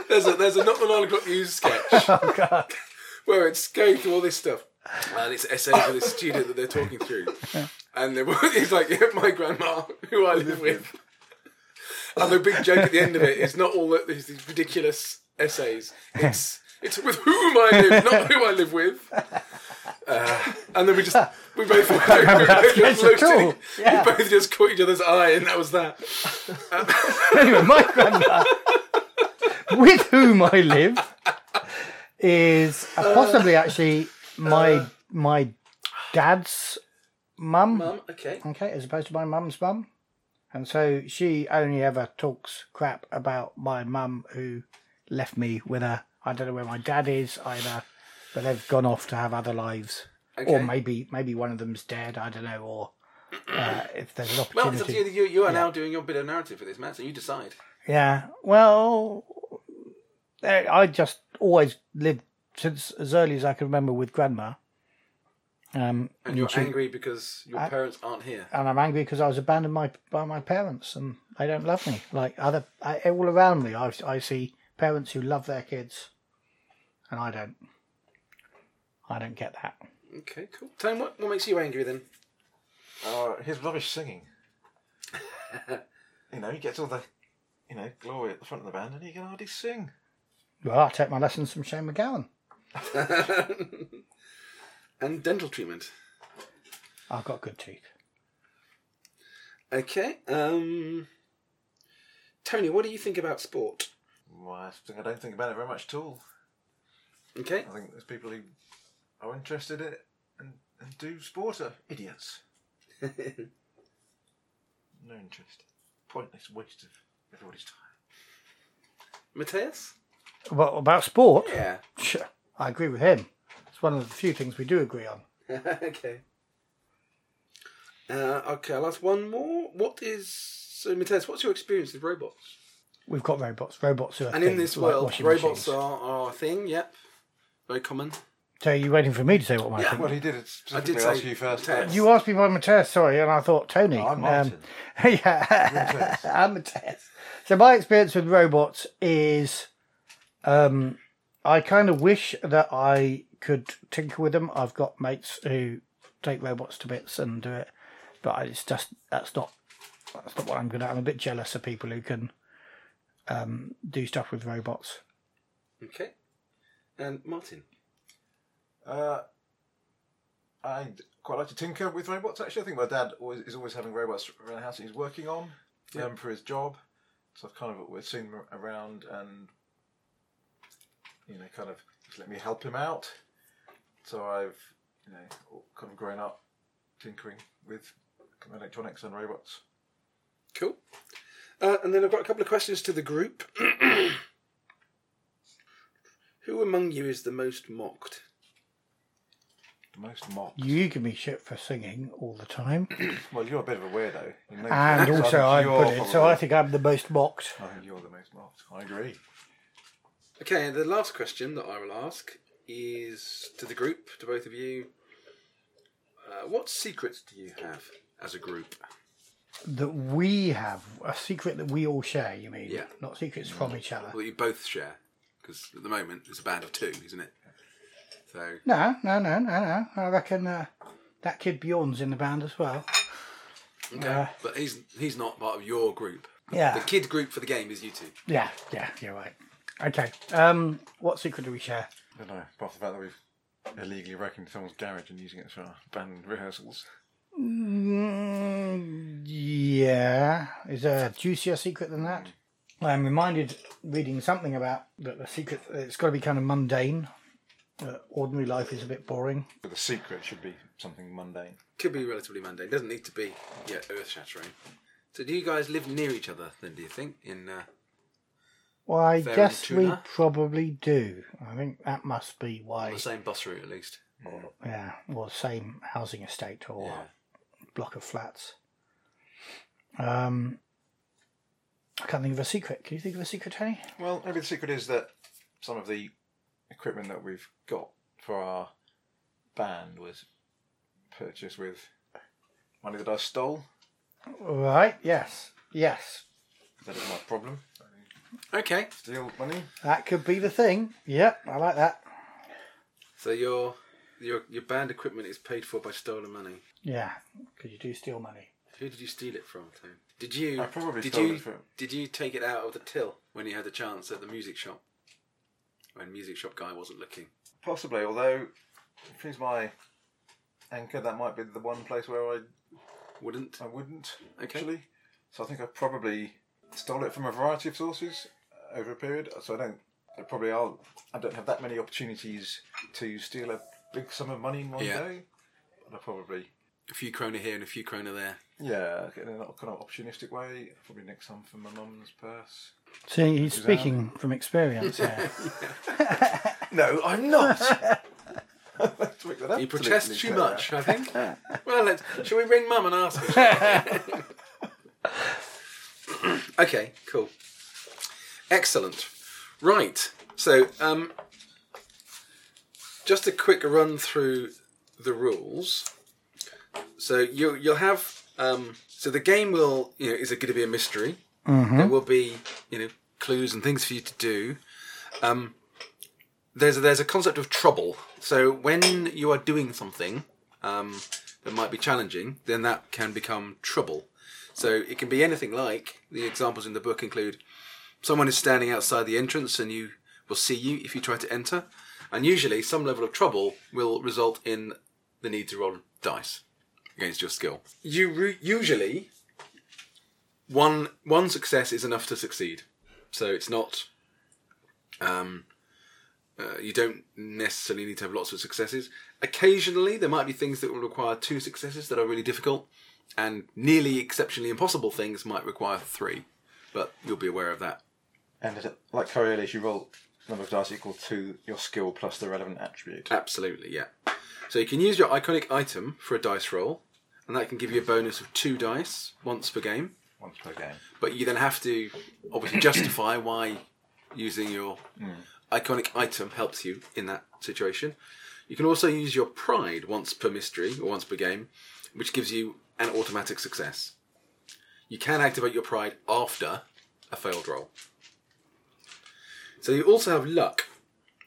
Speaker 2: there's a there's a not the nine o'clock
Speaker 1: *laughs*
Speaker 2: news sketch
Speaker 1: Oh,
Speaker 2: where it's going through all this stuff and it's essay for this student that they're talking through, and they're, *laughs* he's like, yeah, "My grandma, who I live with." And the big joke at the end of it is not all that these these ridiculous essays. It's it's with whom I live, not
Speaker 1: *laughs*
Speaker 2: who I live with. Uh, And then we just
Speaker 1: *laughs*
Speaker 2: we both, *laughs* we both
Speaker 1: sketch at
Speaker 2: just looked at
Speaker 1: all.
Speaker 2: each-
Speaker 1: Yeah.
Speaker 2: we both just caught each other's eye, and that was that.
Speaker 1: anyway, my grandma, with whom I live, is uh, possibly actually my my dad's mum.
Speaker 2: Um, okay.
Speaker 1: Okay, as opposed to my mum's mum, and so she only ever talks crap about my mum who left me with her. I don't know where my dad is either, but they've gone off to have other lives, or
Speaker 2: Okay.
Speaker 1: maybe maybe one of them's dead. I don't know, or uh, if there's an opportunity.
Speaker 2: Well, it's up to you. You, you are now doing your bit of narrative for this, Matt. So you decide.
Speaker 1: Yeah. Well, eh, I just always lived since as early as I can remember with grandma. Um,
Speaker 2: And you're
Speaker 1: she-
Speaker 2: angry because your parents aren't here.
Speaker 1: and I'm angry because I was abandoned my, by my parents and they don't love me. Like other I, all around me, I, I see parents who love their kids, and I don't. I don't get that.
Speaker 2: Okay, cool. Tony, what, what makes you angry then? *laughs*
Speaker 3: Uh, his rubbish singing. you know, he gets all the, you know, glory at the front of the band, and he can hardly sing.
Speaker 1: Well, I take my lessons from Shane McGowan.
Speaker 2: and dental treatment.
Speaker 1: I've got good teeth.
Speaker 2: Okay. Um, Tony, what do you think about sport?
Speaker 3: Well, I think- I don't think about it very much at all.
Speaker 2: Okay.
Speaker 3: I think there's people who are interested in it and, and do sport are *laughs* idiots. No interest. Pointless waste of everybody's time.
Speaker 2: Matthias?
Speaker 1: Well, about sport, *laughs*
Speaker 2: Yeah.
Speaker 1: Sure, I agree with him. It's one of the few things we do agree on.
Speaker 2: *laughs* okay. Uh, okay, I'll ask one more. What is. So, Matthias, what's your experience with robots?
Speaker 1: We've got robots. Robots are a
Speaker 2: And in
Speaker 1: thing,
Speaker 2: this
Speaker 1: like
Speaker 2: world,
Speaker 1: washing
Speaker 2: robots
Speaker 1: machines.
Speaker 2: are, are a thing, yep. Very common.
Speaker 1: So are you waiting for me to say what my
Speaker 2: Yeah.
Speaker 1: thing?
Speaker 3: Well, he did it specifically
Speaker 2: say
Speaker 3: ask you first.
Speaker 2: Ted.
Speaker 3: though.
Speaker 1: You asked me by Mateus, sorry, and I thought Tony. *laughs*
Speaker 3: I'm Martin.
Speaker 1: yeah, *laughs*
Speaker 3: Mateus.
Speaker 1: I'm Mateus. So my experience with robots is, um, I kind of wish that I could tinker with them. I've got mates who take robots to bits and do it, but I- it's just that's not that's not what I'm good at. I'm a bit jealous of people who can um, do stuff with robots.
Speaker 2: Okay. And Martin?
Speaker 3: Uh, I quite like to tinker with robots. Actually, I think my dad always, is always having robots around the house that he's working on um, for his job. So I've kind of always seen them around and you know, kind of just let me help him out. So I've you know kind of grown up tinkering with electronics and robots.
Speaker 2: Cool. Uh, and then I've got a couple of questions to the group. *clears throat* Who among you is the most mocked?
Speaker 3: The most mocked.
Speaker 1: You give me shit for singing all the time,
Speaker 3: Well, you're a bit of a weirdo, you know that.
Speaker 1: and
Speaker 3: So
Speaker 1: also I'm
Speaker 3: I think you're
Speaker 1: brilliant, so I
Speaker 3: probably-
Speaker 1: think I'm the most mocked.
Speaker 3: I think you're the most mocked. I agree.
Speaker 2: Okay, and the last question that I will ask is to the group, to both of you. Uh, what secrets do you have as a group?
Speaker 1: that we have a secret that we all share. You mean?
Speaker 2: Yeah. Mm.
Speaker 1: Not secrets from each other.
Speaker 2: Well, that you both share, because at the moment it's a band of two, isn't it? So,
Speaker 1: No, no, no, no, no. I reckon uh, that kid Bjorn's in the band as well.
Speaker 2: okay.
Speaker 1: Yeah.
Speaker 2: But he's he's not part of your group. The
Speaker 1: Yeah.
Speaker 2: kid group for the game is you two.
Speaker 1: Yeah. Yeah. You're right. Okay. Um, what secret do we share?
Speaker 3: I don't know, apart from the fact that we've illegally wrecking someone's garage and using it for our band rehearsals.
Speaker 1: Mm, yeah. Is there a juicier secret than that? I'm reminded reading something about that the secret. It's got to be kind of mundane. Uh, ordinary life is a bit boring.
Speaker 3: But the secret should be something mundane.
Speaker 2: Could be relatively mundane. Doesn't need to be yeah earth shattering. So, do you guys live near each other then? Do you think in uh,
Speaker 1: Well, I
Speaker 2: Fair
Speaker 1: guess
Speaker 2: and
Speaker 1: we
Speaker 2: tuna.
Speaker 1: probably do. I think that must be
Speaker 2: on
Speaker 1: why.
Speaker 2: the same bus route at least?
Speaker 1: Yeah, or same housing estate or
Speaker 2: Yeah.
Speaker 1: block of flats. Um, I can't think of a secret. Can you think of a secret, Tony?
Speaker 3: Well, maybe the secret is that some of the equipment that we've got for our band was purchased with money that I stole.
Speaker 1: Right. Yes. Yes.
Speaker 3: That is my problem.
Speaker 2: Okay.
Speaker 3: Steal money.
Speaker 1: That could be the thing. Yep. I like that.
Speaker 2: So your your your band equipment is paid for by stolen money.
Speaker 1: Yeah. Because you do steal money.
Speaker 2: Who did you steal it from, Tom? Did you?
Speaker 3: I probably
Speaker 2: did
Speaker 3: stole
Speaker 2: you,
Speaker 3: it from-
Speaker 2: Did you take it out of the till when you had the chance at the music shop? When music shop guy wasn't looking.
Speaker 3: Possibly, although, if he's my anchor, that might be the one place where I,
Speaker 2: Wouldn't.
Speaker 3: I wouldn't,
Speaker 2: Okay.
Speaker 3: actually. So I think I probably stole it from a variety of sources uh, over a period. So I don't, I probably I'll, I don't have that many opportunities to steal a big sum of money in one
Speaker 2: Yeah.
Speaker 3: day. But I probably,
Speaker 2: A few kroner here and a few kroner there.
Speaker 3: yeah, in a kind of opportunistic way, I probably nick some from my mum's purse.
Speaker 1: So he's speaking from experience here.
Speaker 3: No, I'm *laughs* not! Let's make that
Speaker 2: You protest
Speaker 3: absolutely
Speaker 2: too
Speaker 3: clear.
Speaker 2: much, I think. well, let's. Shall we ring mum and ask? her? okay. Cool. Excellent. Right. So, um, just a quick run through the rules. So you you'll have um, so the game will you know is it going to be a mystery? There will be you know clues and things for you to do. Um, there's a, there's a concept of trouble. So when you are doing something um, that might be challenging, then that can become trouble. So it can be anything like the examples in the book include someone is standing outside the entrance and you will see you if you try to enter. And usually, some level of trouble will result in the need to roll dice against your skill. You re- usually one one success is enough to succeed, so it's not Um, uh, you don't necessarily need to have lots of successes. Occasionally, there might be things that will require two successes that are really difficult, and nearly exceptionally impossible things might require three. But you'll be aware of that.
Speaker 3: And is it, like Coriolis, you roll number of dice equal to your skill plus the relevant attribute.
Speaker 2: Absolutely, yeah. So you can use your iconic item for a dice roll, and that can give you a bonus of two dice once per game.
Speaker 3: Once per game.
Speaker 2: But you then have to obviously justify why using your iconic item helps you in that situation. You can also use your pride once per mystery or once per game, which gives you an automatic success. You can activate your pride after a failed roll. So you also have luck.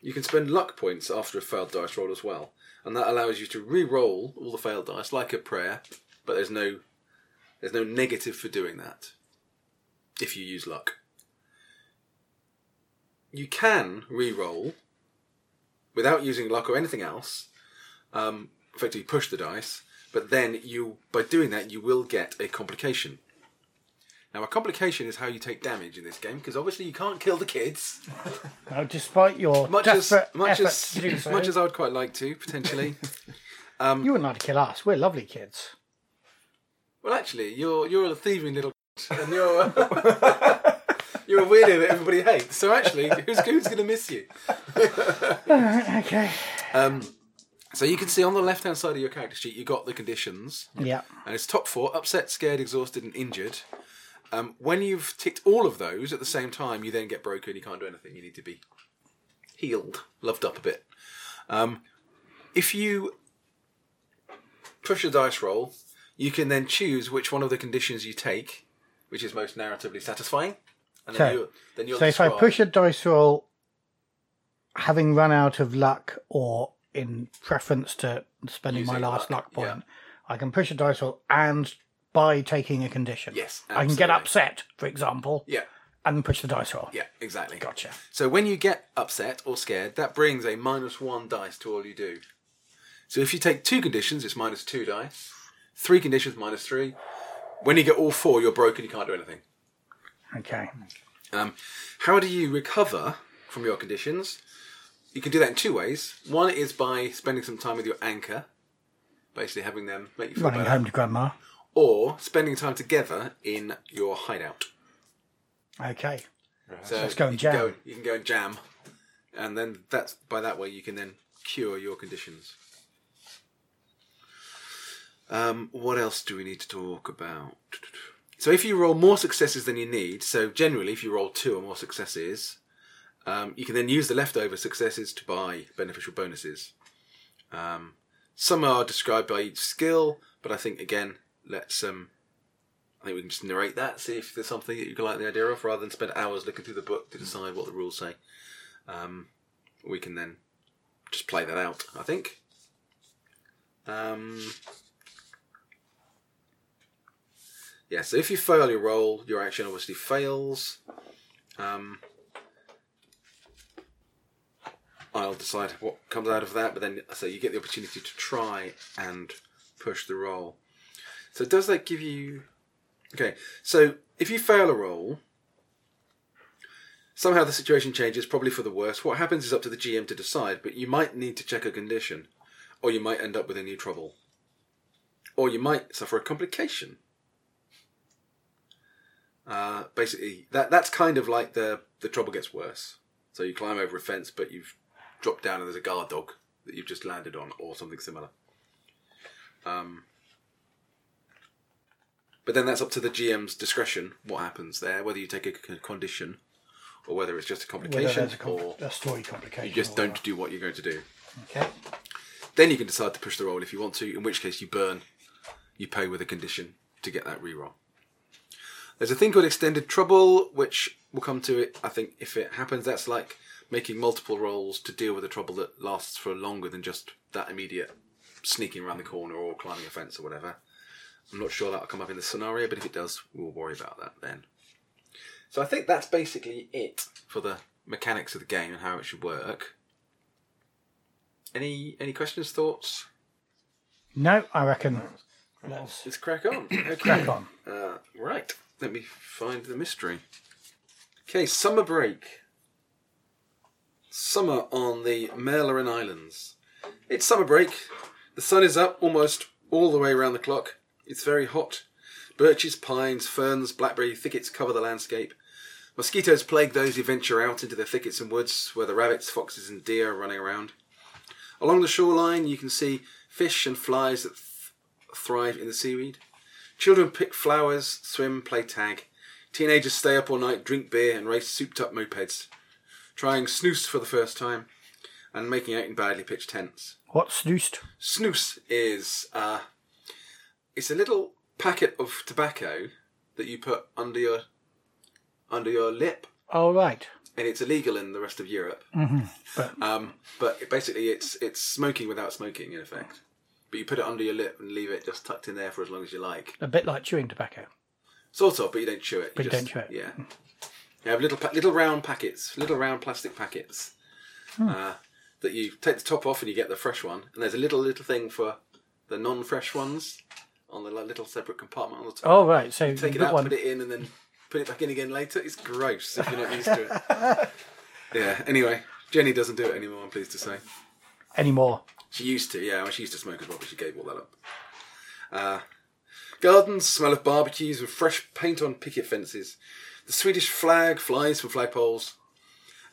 Speaker 2: You can spend luck points after a failed dice roll as well, and that allows you to re-roll all the failed dice like a prayer, but there's no there's no negative for doing that if you use luck. You can re-roll without using luck or anything else. Um, effectively, push the dice, but then you, by doing that, you will get a complication. Now, a complication is how you take damage in this game because obviously you can't kill the kids.
Speaker 1: *laughs* Now, despite your
Speaker 2: Much as
Speaker 1: desperate
Speaker 2: much
Speaker 1: efforts
Speaker 2: as
Speaker 1: to do so,
Speaker 2: much as I would quite like
Speaker 1: *laughs*
Speaker 2: to potentially.
Speaker 1: you wouldn't like to kill us. We're lovely kids.
Speaker 2: Well, actually, you're you're a thieving little *laughs* and you're you're a weirdo that everybody hates. So actually, who's who's going to miss you?
Speaker 1: *laughs* Okay.
Speaker 2: So you can see on the left hand side of your character sheet, you got the conditions,
Speaker 1: Yeah.
Speaker 2: and it's top four: upset, scared, exhausted, and injured. Um, when you've ticked all of those at the same time, you then get broken. You can't do anything. You need to be healed, loved up a bit. Um, if you push a dice roll, you can then choose which one of the conditions you take, which is most narratively satisfying. And then
Speaker 1: Okay.
Speaker 2: you then you'll
Speaker 1: So if I
Speaker 2: describe-
Speaker 1: push a dice roll, having run out of luck, or in preference to spending my
Speaker 2: Using
Speaker 1: last
Speaker 2: luck,
Speaker 1: luck, point, I can push a dice roll and by taking a condition.
Speaker 2: Yes,
Speaker 1: I can get
Speaker 2: absolutely.
Speaker 1: upset, for example,
Speaker 2: yeah,
Speaker 1: and push the dice roll.
Speaker 2: yeah, exactly.
Speaker 1: Gotcha.
Speaker 2: So when you get upset or scared, that brings a minus one dice to all you do. So if you take two conditions, it's minus two dice. Three conditions, minus three. When you get all four, you're broken. You can't do anything.
Speaker 1: Okay.
Speaker 2: Um, how do you recover from your conditions? You can do that in two ways. One is by spending some time with your anchor, basically having them make you feel
Speaker 1: Running
Speaker 2: better,
Speaker 1: home to grandma.
Speaker 2: or spending time together in your hideout.
Speaker 1: Okay.
Speaker 2: So
Speaker 1: Let's go and
Speaker 2: you can
Speaker 1: jam.
Speaker 2: Go, you can go and jam, and then that's by that way you can then cure your conditions. Um, what else do we need to talk about? So if you roll more successes than you need, so generally if you roll two or more successes, um, you can then use the leftover successes to buy beneficial bonuses. Um, some are described by each skill, but I think again, let's um, I think we can just narrate that, see if there's something that you can like the idea of, rather than spend hours looking through the book to decide what the rules say. Um, we can then just play that out, I think. Um, yeah, so if you fail your roll, your action obviously fails. Um, I'll decide what comes out of that, but then so you get the opportunity to try and push the roll. So does that give you Okay, so if you fail a roll, somehow the situation changes, probably for the worse. What happens is up to the GM to decide, but you might need to check a condition, or you might end up with a new trouble, or you might suffer a complication. Uh, basically, that that's kind of like the the trouble gets worse. So you climb over a fence, but you've dropped down and there's a guard dog that you've just landed on, or something similar. Um, but then that's up to the GM's discretion what happens there, whether you take a c- condition or whether it's just a
Speaker 1: Whether
Speaker 2: complication
Speaker 1: there's a, com-
Speaker 2: or
Speaker 1: a story
Speaker 2: you
Speaker 1: complication.
Speaker 2: just
Speaker 1: or
Speaker 2: don't do what you're going to do.
Speaker 1: not. Okay.
Speaker 2: Then you can decide to push the roll if you want to, in which case you burn, you pay with a condition to get that reroll. There's a thing called extended trouble, which we'll come to it, I think, if it happens. That's like making multiple rolls to deal with a trouble that lasts for longer than just that immediate sneaking around the corner or climbing a fence or whatever. I'm not sure that'll come up in the scenario, but if it does, we'll worry about that then. So I think that's basically it for the mechanics of the game and how it should work. Any any questions, thoughts?
Speaker 1: No, I reckon. Let's
Speaker 2: Let's crack
Speaker 1: *clears throat*
Speaker 2: on. Okay.
Speaker 1: crack on.
Speaker 2: Uh, right. Let me find the mystery. Okay, summer break. Summer on the Merlion Islands. It's summer break. The sun is up almost all the way round the clock. It's very hot. Birches, pines, ferns, blackberry thickets cover the landscape. Mosquitoes plague those who venture out into the thickets and woods where the rabbits, foxes, and deer are running around. Along the shoreline, you can see fish and flies that th- thrive in the seaweed. Children pick flowers, swim, play tag. Teenagers stay up all night, drink beer, and race souped up mopeds, trying snooze for the first time and making out in badly pitched tents.
Speaker 1: What's snoozed?
Speaker 2: Snoose is uh, it's a little packet of tobacco that you put under your under your lip,
Speaker 1: All right.
Speaker 2: and it's illegal in the rest of Europe.
Speaker 1: but-
Speaker 2: um, but it- basically, it's it's smoking without smoking, in effect. But you put it under your lip and leave it just tucked in there for as long as you like,
Speaker 1: A bit like chewing tobacco.
Speaker 2: sort of. But you don't chew it.
Speaker 1: But you
Speaker 2: just-
Speaker 1: don't chew it.
Speaker 2: Yeah. You have little pa- little round packets, little round plastic packets
Speaker 1: Hmm.
Speaker 2: uh, that you take the top off and you get the fresh one. And there's a little little thing for the non-fresh ones on the li- little separate compartment on the top.
Speaker 1: All right. So
Speaker 2: Take
Speaker 1: you
Speaker 2: it
Speaker 1: got
Speaker 2: out,
Speaker 1: Oh, one.
Speaker 2: put it in, and then put it back in again later. It's gross if you're not used to it.
Speaker 1: *laughs*
Speaker 2: yeah. Anyway, Jenny doesn't do it anymore. I'm pleased to say.
Speaker 1: anymore.
Speaker 2: She used to, yeah. Well, she used to smoke as well, but she gave all that up. Uh, gardens smell of barbecues with fresh paint on picket fences. The Swedish flag flies from flagpoles.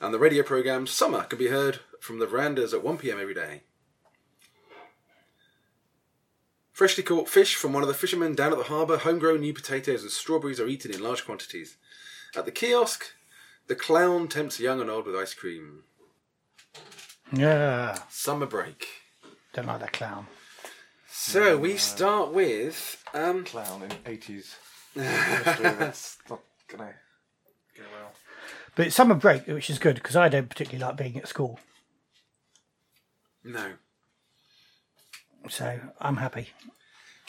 Speaker 2: And the radio programme Summer can be heard from the verandas at 1pm every day. Freshly caught fish from one of the fishermen down at the harbour, homegrown new potatoes and strawberries are eaten in large quantities. At the kiosk, the clown tempts young and old with ice cream.
Speaker 1: Yeah.
Speaker 2: Summer break.
Speaker 1: Don't like that clown.
Speaker 2: So we start with um,
Speaker 3: Clown in *laughs* 80s. history, That's not going to go well.
Speaker 1: But it's summer break, which is good because I don't particularly like being at school.
Speaker 2: no.
Speaker 1: So I'm happy.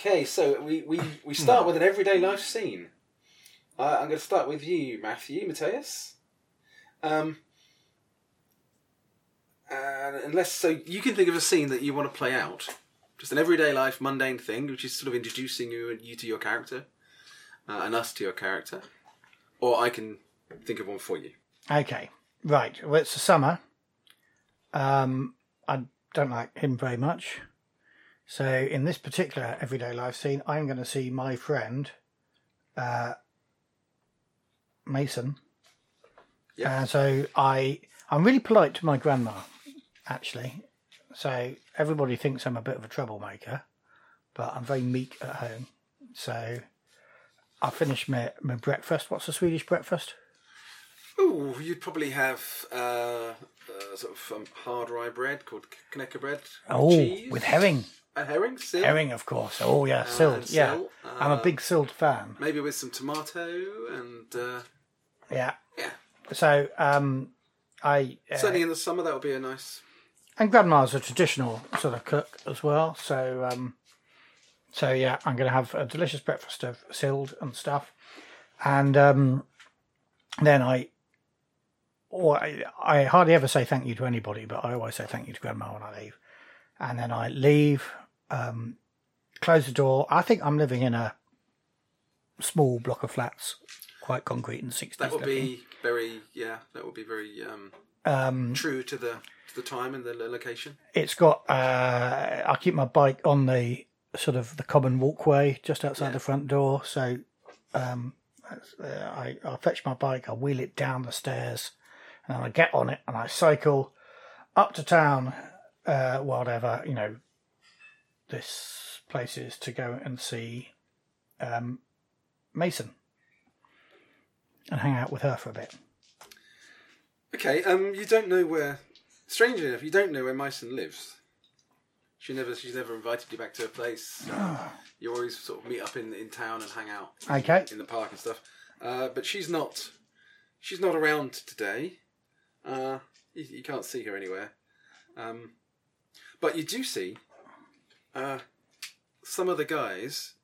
Speaker 2: Okay, so we, we, we start with an everyday life scene. Uh, I'm going to start with you, Matthew Mateus. Um, and unless so, you can think of a scene that you want to play out, just an everyday life, mundane thing, which is sort of introducing you you to your character, uh, and us to your character, or I can think of one for you.
Speaker 1: Okay, right. Well, it's the summer. Um, I don't like him very much. So, in this particular everyday life scene, I'm going to see my friend, uh, Mason.
Speaker 2: Yeah.
Speaker 1: And so I, I'm really polite to my grandma, actually. So everybody thinks I'm a bit of a troublemaker, but I'm very meek at home. So I finish my, my breakfast. What's the Swedish breakfast?
Speaker 2: Ooh, you'd probably have uh, uh, sort of um, hard rye bread called k- Knecker bread.
Speaker 1: Oh,
Speaker 2: cheese
Speaker 1: with herring.
Speaker 2: and herrings. yeah.
Speaker 1: Herring, of course. Oh, yeah, Silt.
Speaker 2: and
Speaker 1: yeah.
Speaker 2: Ah, Silt,
Speaker 1: I'm a
Speaker 2: uh,
Speaker 1: big Silt fan.
Speaker 2: Maybe with some tomato and uh,
Speaker 1: Yeah.
Speaker 2: yeah.
Speaker 1: So, um, I. Uh,
Speaker 2: Certainly in the summer that would be a nice.
Speaker 1: and grandma's a traditional sort of cook as well. So, um, so yeah, I'm going to have a delicious breakfast of silled and stuff, and um, then I, or I, I hardly ever say thank you to anybody, but I always say thank you to grandma when I leave, and then I leave, um, close the door. I think I'm living in a small block of flats, quite concrete and sixties.
Speaker 2: That would be very yeah. That would be very um,
Speaker 1: um,
Speaker 2: true to the to the time and the lo- location.
Speaker 1: it's got uh i keep my bike on the sort of the common walkway just outside
Speaker 2: Yeah.
Speaker 1: the front door so um that's- uh, I, I fetch my bike i wheel it down the stairs and i get on it and i cycle up to town uh whatever you know this place is to go and see um mason and hang out with her for a bit
Speaker 2: Okay. Um. You don't know where. Strangely enough, you don't know where Myson lives. She never. She's never invited you back to
Speaker 1: *sighs*
Speaker 2: her place. you always sort of meet up in in town and hang out.
Speaker 1: okay
Speaker 2: in the park and stuff. Uh, but she's not. She's not around today. Uh, you, you can't see her anywhere. Um, but you do see uh, some of the guys.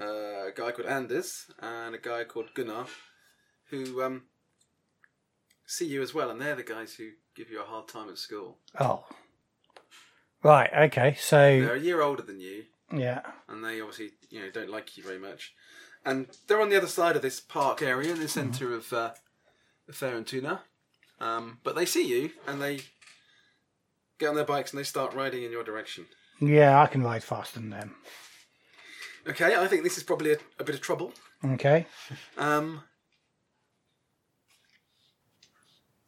Speaker 2: Uh, a guy called Anders and a guy called Gunnar, who um, see you as well, and they're the guys who give you a hard time at school.
Speaker 1: oh right okay so
Speaker 2: They're a year older than you,
Speaker 1: yeah
Speaker 2: and they obviously you know don't like you very much. And they're on the other side of this park area in the center of uh, Fair and Tuna, um, but they see you and they get on their bikes and they start riding in your direction.
Speaker 1: Yeah, I can ride faster than them.
Speaker 2: Okay, I think this is probably a, a bit of trouble.
Speaker 1: Okay.
Speaker 2: Um,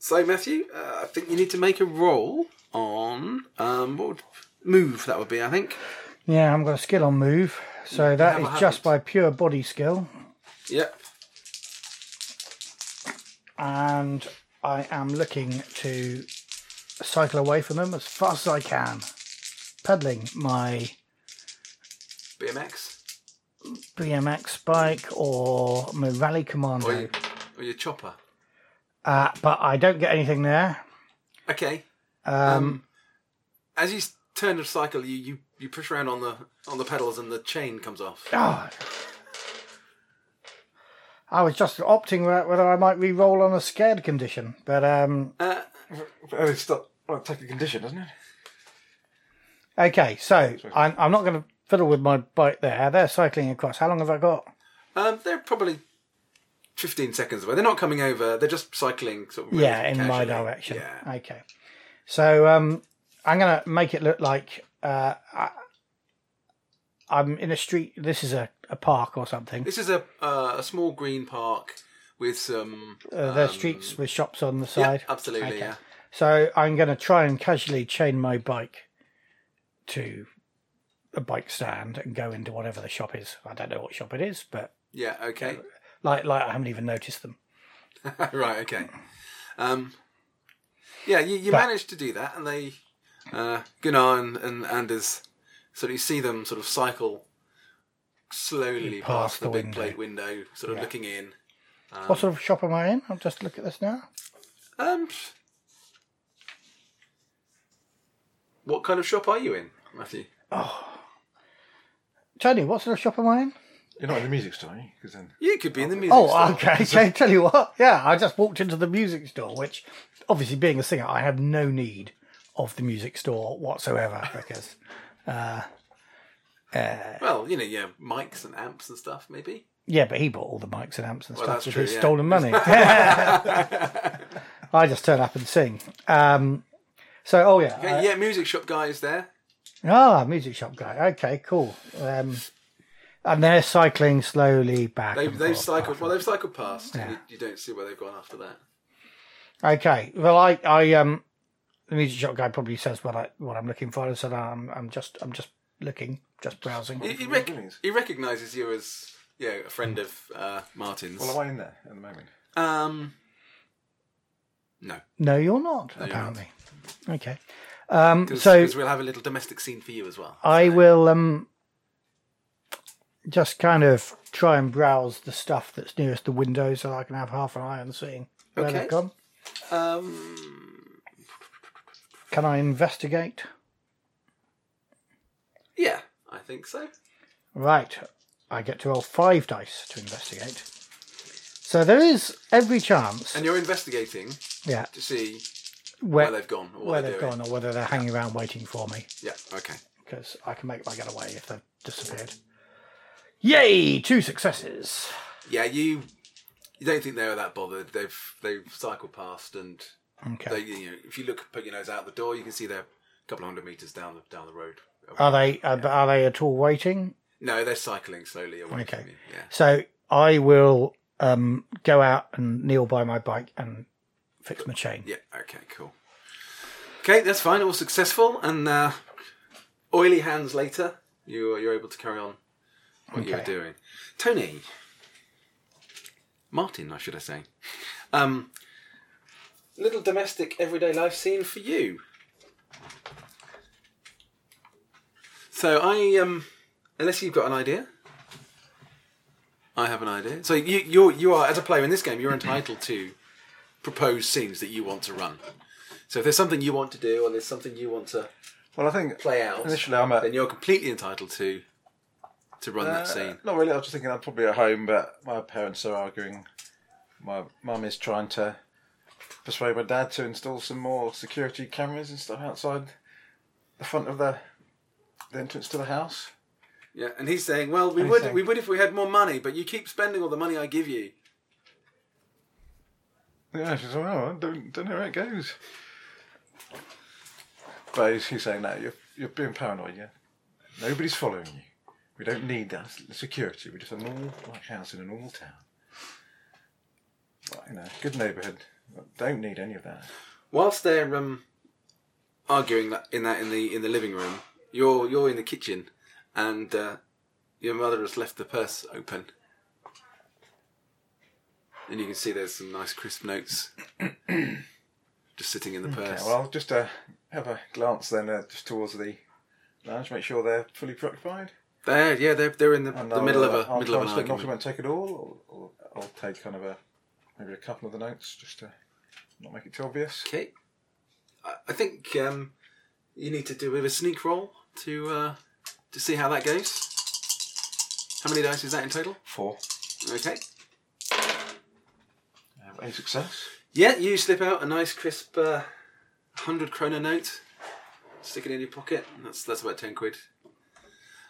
Speaker 2: so, Matthew, uh, I think you need to make a roll on um, what would move that would be, I think.
Speaker 1: Yeah, I'm got a skill on move, so that
Speaker 2: have a
Speaker 1: is just
Speaker 2: habit.
Speaker 1: by pure body skill,
Speaker 2: Yep.
Speaker 1: and I am looking to cycle away from them as fast as I can, pedaling my
Speaker 2: BMX
Speaker 1: BMX bike or my rally
Speaker 2: or,
Speaker 1: commando.
Speaker 2: your, or your chopper.
Speaker 1: Uh, but I don't get anything there.
Speaker 2: Okay.
Speaker 1: Um,
Speaker 2: As you s- turn the cycle, you, you, you push around on the on the pedals and the chain comes off.
Speaker 1: oh. I was just opting whe- whether I might re-roll on a scared condition, but um,
Speaker 2: Uh,
Speaker 3: Oh, it's not. Well, it's like a condition, doesn't it?
Speaker 1: okay. So I'm, I'm not going to fiddle with my bike there. They're cycling across. How long have I got?
Speaker 2: um, they're probably 15 seconds away. They're not coming over. They're just cycling sort of
Speaker 1: yeah in
Speaker 2: relatively
Speaker 1: my
Speaker 2: casually.
Speaker 1: direction
Speaker 2: Yeah.
Speaker 1: okay so um i'm gonna make it look like uh I, i'm in a street this is a, a park or something
Speaker 2: This is a uh, a small green park with some
Speaker 1: uh, there's streets with shops on the side
Speaker 2: um, Yeah, absolutely,
Speaker 1: Okay.
Speaker 2: yeah.
Speaker 1: so i'm gonna try and casually chain my bike to a bike stand and go into whatever the shop is i don't know what shop it is but
Speaker 2: Yeah, okay.
Speaker 1: like like i haven't even noticed them
Speaker 2: right, okay. Um, yeah, you, you
Speaker 1: But-
Speaker 2: managed to do that, and they, uh, Gunnar and, and Anders, sort of you see them sort of cycle slowly
Speaker 1: Past
Speaker 2: past, the,
Speaker 1: the
Speaker 2: big
Speaker 1: window.
Speaker 2: plate window, sort of
Speaker 1: Yeah.
Speaker 2: looking in.
Speaker 1: what sort of shop am i in i'll just look at this now
Speaker 2: Um, what kind of shop are you in, Matthew?
Speaker 1: tony what sort of shop am i in
Speaker 3: You're not in the music store, because then
Speaker 2: You could be in the music.
Speaker 1: Oh,
Speaker 2: store. *laughs*
Speaker 1: okay. So, tell you what, yeah, I just walked into the music store, which, obviously, being a singer, I have no need of the music store
Speaker 2: *laughs*
Speaker 1: whatsoever because uh,
Speaker 2: Well, you know, yeah, mics and amps and stuff, maybe.
Speaker 1: yeah, but he bought all the mics and amps and
Speaker 2: that's
Speaker 1: stuff with
Speaker 2: true,
Speaker 1: his
Speaker 2: yeah.
Speaker 1: stolen
Speaker 2: *laughs*
Speaker 1: money. *laughs* I just turn up and sing. Um, so, oh yeah,
Speaker 2: Yeah, yeah, music shop guy is there.
Speaker 1: ah, music shop guy. Okay, cool. Um, and they're cycling slowly back. *laughs*
Speaker 2: They've,
Speaker 1: and
Speaker 2: they've
Speaker 1: forth.
Speaker 2: cycled. Well, they've cycled past. and You, you don't see where they've gone after that.
Speaker 1: Okay. Well, I, I, um, the music shop guy probably says what I, what I'm looking for, and said "Ah, I'm, I'm just, I'm just looking, just browsing.
Speaker 2: He, he, rec-
Speaker 3: Brilliant.
Speaker 2: he recognises you as yeah a friend of uh, Martin's.
Speaker 3: well, am I in there at the moment?
Speaker 2: Um, no,
Speaker 1: No, you're not.
Speaker 2: you're
Speaker 1: apparently. Okay. Um,
Speaker 2: because
Speaker 1: so
Speaker 2: we'll have a little domestic scene for you as well.
Speaker 1: I will, um, just kind of try and browse the stuff that's nearest the window, so I can have half an eye on seeing where
Speaker 2: Okay.
Speaker 1: they've gone.
Speaker 2: Um,
Speaker 1: Can I investigate?
Speaker 2: yeah, I think so.
Speaker 1: Right. I get to roll five dice to investigate. So there is every chance,
Speaker 2: And you're investigating
Speaker 1: yeah,
Speaker 2: to see
Speaker 1: where,
Speaker 2: where they've gone or what
Speaker 1: where
Speaker 2: they're
Speaker 1: they've
Speaker 2: doing.
Speaker 1: gone or whether they're hanging around waiting for me
Speaker 2: Yeah. Okay.
Speaker 1: because I can make my getaway if they've disappeared. Yay! Two successes.
Speaker 2: Yeah, you. You don't think they were that bothered. They've they've cycled past, and
Speaker 1: Okay.
Speaker 2: they, you know, if you look, put your nose out the door, you can see they're a couple of hundred meters down the down the road.
Speaker 1: are they are, are they at all waiting?
Speaker 2: No, they're cycling slowly away.
Speaker 1: Okay.
Speaker 2: From you. Yeah.
Speaker 1: So I will um, go out and kneel by my bike and fix my chain.
Speaker 2: Yeah. Okay. Cool. Okay, that's fine. All successful, and uh, oily hands later, you you're able to carry on what you were
Speaker 1: Okay.
Speaker 2: doing. Tony, Martin, I should I say? Um, little domestic everyday life scene for you. So I um, unless you've got an idea. I have an idea. So you you're, you are as a player in this game, you're entitled to propose scenes that you want to run. So if there's something you want to do or there's something you want to
Speaker 3: Well, I think
Speaker 2: play out,
Speaker 3: initially I'm at
Speaker 2: then you're completely entitled to to run that
Speaker 3: Uh,
Speaker 2: scene.
Speaker 3: Not really. I was just thinking I'm probably at home, but my parents are arguing. My mum is trying to persuade my dad to install some more security cameras and stuff outside the front of the, the entrance to the house.
Speaker 2: Yeah, and he's saying, "Well, we
Speaker 3: And he's
Speaker 2: would
Speaker 3: saying-
Speaker 2: we would if we had more money, but you keep spending all the money I give you."
Speaker 3: Yeah, she's like, oh, I don't, don't know where it goes. But he's, he's saying, no, you're, you're being paranoid, yeah? Nobody's following you. We don't need that s- security. We're just a normal like, house in a normal town. Like, you know, good neighbourhood. Don't need any of that.
Speaker 2: Whilst they're um, arguing that in that in the in the living room, you're you're in the kitchen, and uh, your mother has left the purse open, and you can see there's some nice crisp
Speaker 3: *clears throat*
Speaker 2: notes just sitting in the purse.
Speaker 3: Yeah, well, I'll just uh, have a glance then uh, just towards the lounge, make sure they're fully preoccupied.
Speaker 2: There, yeah, they're they're in the,
Speaker 3: And
Speaker 2: the
Speaker 3: I'll,
Speaker 2: middle of
Speaker 3: uh,
Speaker 2: a
Speaker 3: I'll
Speaker 2: middle of an
Speaker 3: try and not
Speaker 2: argument.
Speaker 3: won't take it all, or, or I'll take kind of a maybe a couple of the notes just to not make it too obvious.
Speaker 2: Okay, I, I think um, you need to do a bit of a sneak roll to uh, to see how that goes. How many dice is that in total?
Speaker 3: Four.
Speaker 2: Okay.
Speaker 3: Have a success.
Speaker 2: Yeah, you slip out a nice crisp uh, hundred kroner note, stick it in your pocket. and That's that's about ten quid.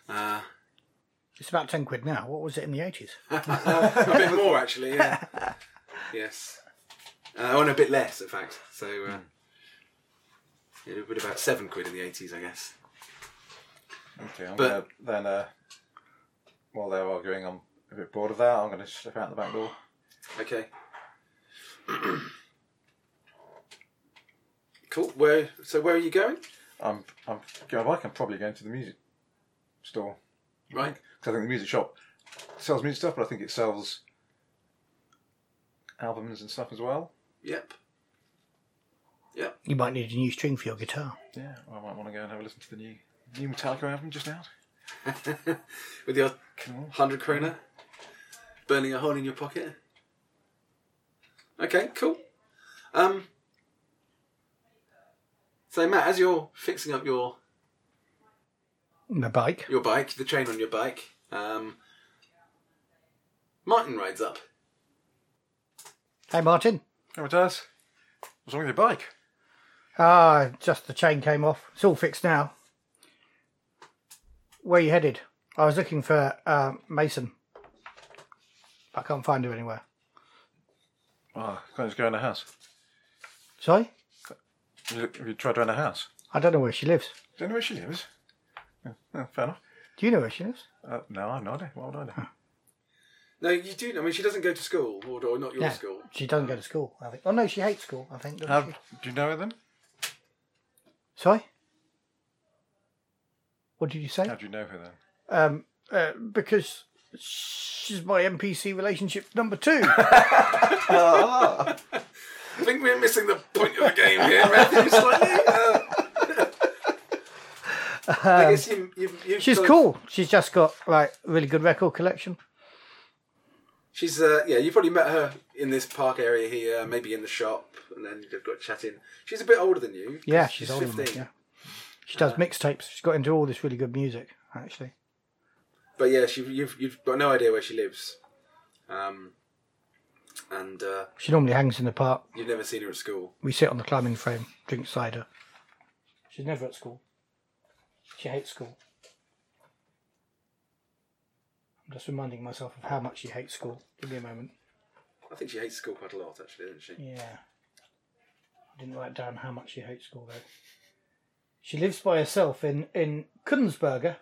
Speaker 2: Uh,
Speaker 1: It's about 10 quid now. What was it in the 80s?
Speaker 2: a bit more actually. Yeah. yes. Uh, oh, and a bit less, in fact. So uh, yeah, it would be about seven quid in the eighties, I guess.
Speaker 3: Okay, I'm
Speaker 2: But-
Speaker 3: gonna then uh, while they're arguing, I'm a bit bored of that. I'm gonna slip out the back door.
Speaker 2: Okay. *clears throat* cool. Where? So where are you going?
Speaker 3: I'm I'm going bike. I'm probably going to the music store
Speaker 2: Right.
Speaker 3: 'Cause I think the music shop sells music stuff, but I think it sells albums and stuff as well.
Speaker 2: Yep. *laughs*
Speaker 1: You might need a new string for your guitar.
Speaker 3: Yeah, I might want to go and have a listen to the new new Metallica album just out.
Speaker 2: With your
Speaker 3: Cool.
Speaker 2: hundred kroner, burning a hole in your pocket. Okay, cool. Um, so Matt, as you're fixing up your
Speaker 1: The bike.
Speaker 2: your bike, the chain on your bike, um, Martin rides up.
Speaker 1: Hey, Martin.
Speaker 3: Oh, it does. What's wrong with your bike?
Speaker 1: Ah, just the chain came off. It's all fixed now. Where you headed? I was looking for uh, Mason. I can't find him anywhere.
Speaker 3: Oh, can I just go in the house?
Speaker 1: Sorry?
Speaker 3: Have you, have you tried to in the house?
Speaker 1: I don't know where she lives.
Speaker 3: Do you know where she lives? Oh, oh, fair enough.
Speaker 1: Do you know where she lives?
Speaker 3: Uh, no, I have no idea. Why would I know?
Speaker 2: No, you do. I mean, she doesn't go to school, or, or not your school.
Speaker 1: She doesn't go to school, I think. Oh, no, she hates school, I think. doesn't
Speaker 3: Um,
Speaker 1: she?
Speaker 3: do you know her then?
Speaker 1: Sorry? What did you say?
Speaker 3: How do you know her then?
Speaker 1: Um, uh, because she's my NPC relationship number
Speaker 2: *laughs*
Speaker 1: two.
Speaker 2: I think we're missing the point of the game here, Matthew. Slightly. Uh, I guess you, you, you
Speaker 1: Um, she's
Speaker 2: sort of-
Speaker 1: cool. She's just got like a really good record collection.
Speaker 2: She's uh, yeah, you probably met her in this park area here, maybe in the shop, and then you've got chatting. She's a bit older than you.
Speaker 1: Yeah, she's, older than me. Yeah. She does mixtapes. She's got into all this really good music, actually.
Speaker 2: But yeah, she you've you've got no idea where she lives, um, and uh,
Speaker 1: She normally hangs in the park.
Speaker 2: you've never seen her at school.
Speaker 1: We sit on the climbing frame, drink cider. She's never at school. She hates school. I'm just reminding myself of how much she hates school. Give me a moment.
Speaker 2: I think she hates school quite a lot, actually, doesn't she?
Speaker 1: Yeah. I didn't write down how much she hates school though. She lives by herself in in Kunzberger,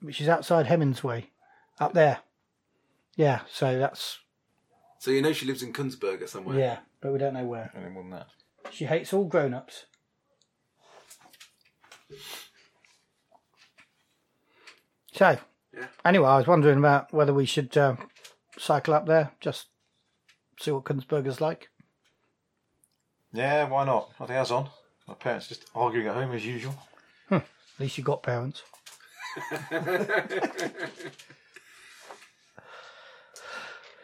Speaker 1: which is outside Hemingsway, up there. Yeah, so that's
Speaker 2: So you know she lives in Kunzberger somewhere.
Speaker 1: yeah, but we don't know where.
Speaker 3: Any more than that?
Speaker 1: She hates all grown-ups. So,
Speaker 2: Yeah.
Speaker 1: anyway, I was wondering about whether we should uh, cycle up there, just see what Kunzberger's like.
Speaker 3: Yeah, why not? Nothing else on. My parents just arguing at home as usual.
Speaker 1: At least you got parents.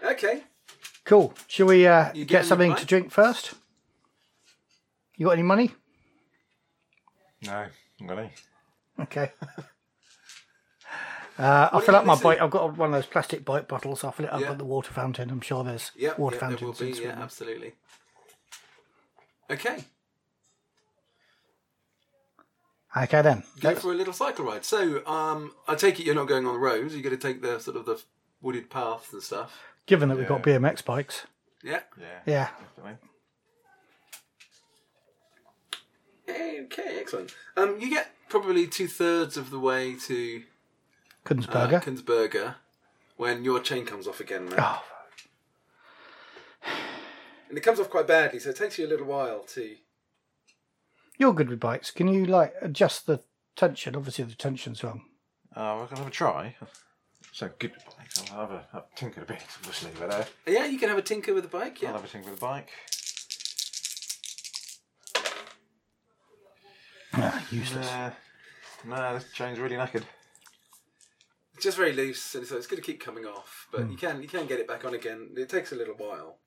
Speaker 2: Okay.
Speaker 1: Cool. Shall we uh,
Speaker 2: You
Speaker 1: get
Speaker 2: getting
Speaker 1: something
Speaker 2: the
Speaker 1: to
Speaker 2: bike?
Speaker 1: drink first? You got any money?
Speaker 3: No, I'm gonna.
Speaker 2: *laughs*
Speaker 1: Okay. Uh, I'll
Speaker 2: do
Speaker 1: fill
Speaker 2: you
Speaker 1: up my
Speaker 2: think this
Speaker 1: bike. I've got one of those plastic bike bottles. I'll fill it up
Speaker 2: Yeah.
Speaker 1: at the water fountain. I'm sure there's
Speaker 2: Yeah.
Speaker 1: water
Speaker 2: yeah, there
Speaker 1: fountains.
Speaker 2: will be.
Speaker 1: in
Speaker 2: Yeah,
Speaker 1: Sweden.
Speaker 2: absolutely. Okay.
Speaker 1: Okay then.
Speaker 2: go for a little cycle ride. So, um, I take it you're not going on the roads. You're going to take the sort of the wooded paths and stuff.
Speaker 1: Given that we've got BMX bikes,
Speaker 2: Yeah.
Speaker 3: Yeah,
Speaker 1: yeah,
Speaker 3: definitely.
Speaker 2: Okay, excellent. Um, you get probably two thirds of the way to uh,
Speaker 1: Kunzberger.
Speaker 2: Kunzberger when your chain comes off again, Matt.
Speaker 1: oh,
Speaker 2: And it comes off quite badly, so it takes you a little while to.
Speaker 1: you're good with bikes. Can you like adjust the tension? Obviously, the tension's wrong.
Speaker 3: Oh, we're gonna have a try. So good with bikes. I'll have a I'll tinker a bit, obviously, but uh,
Speaker 2: Yeah, you can have a tinker with the bike.
Speaker 3: I'll
Speaker 2: Yeah.
Speaker 3: have a tinker with the bike.
Speaker 1: Ah, useless.
Speaker 3: Uh, no, this chain's really knackered.
Speaker 2: It's just very loose, and so it's going to keep coming off. But you can you can get it back on again. It takes a little while.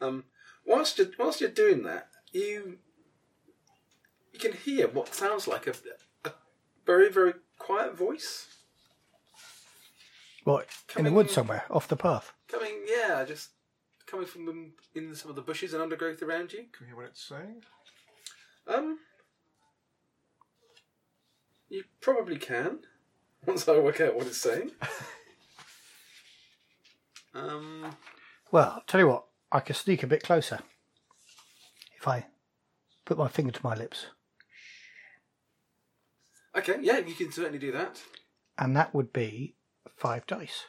Speaker 2: Um, whilst you're, whilst you're doing that, you you can hear what sounds like a, a very very quiet voice
Speaker 1: what in the
Speaker 2: coming-
Speaker 1: woods somewhere, off the path.
Speaker 2: coming. Yeah, just coming from in some of the bushes and undergrowth around you.
Speaker 3: Can we hear what it's saying?
Speaker 2: Um, you probably can. *laughs* Once I work out what it's saying. um,
Speaker 1: Well, I'll tell you what, I can sneak a bit closer if I put my finger to my lips,
Speaker 2: okay, yeah, you can certainly do that.
Speaker 1: and that would be five dice,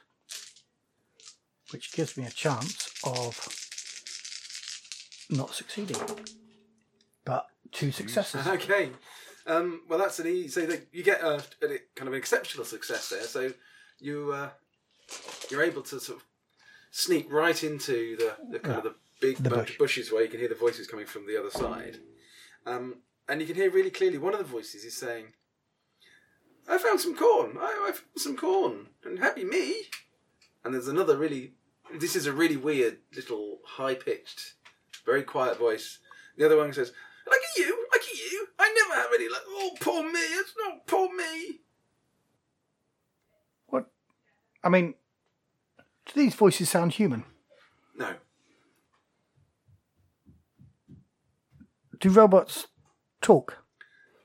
Speaker 1: which gives me a chance of not succeeding, but two successes.
Speaker 2: *laughs* Okay. Um, well, that's an easy. So that you get a, a kind of an exceptional success there. So you uh, you're able to sort of sneak right into the, the kind of the big
Speaker 1: The
Speaker 2: bunch
Speaker 1: bush.
Speaker 2: of bushes where you can hear the voices coming from the other side, um, and you can hear really clearly one of the voices is saying, "I found some corn. I, I found some corn, and happy me." And there's another really. This is a really weird little high pitched, very quiet voice. The other one says, "Lucky you, lucky you. I never have any luck. Oh, poor me. It's not poor me."
Speaker 1: What? I mean, do these voices sound human?
Speaker 2: No,
Speaker 1: Do robots talk?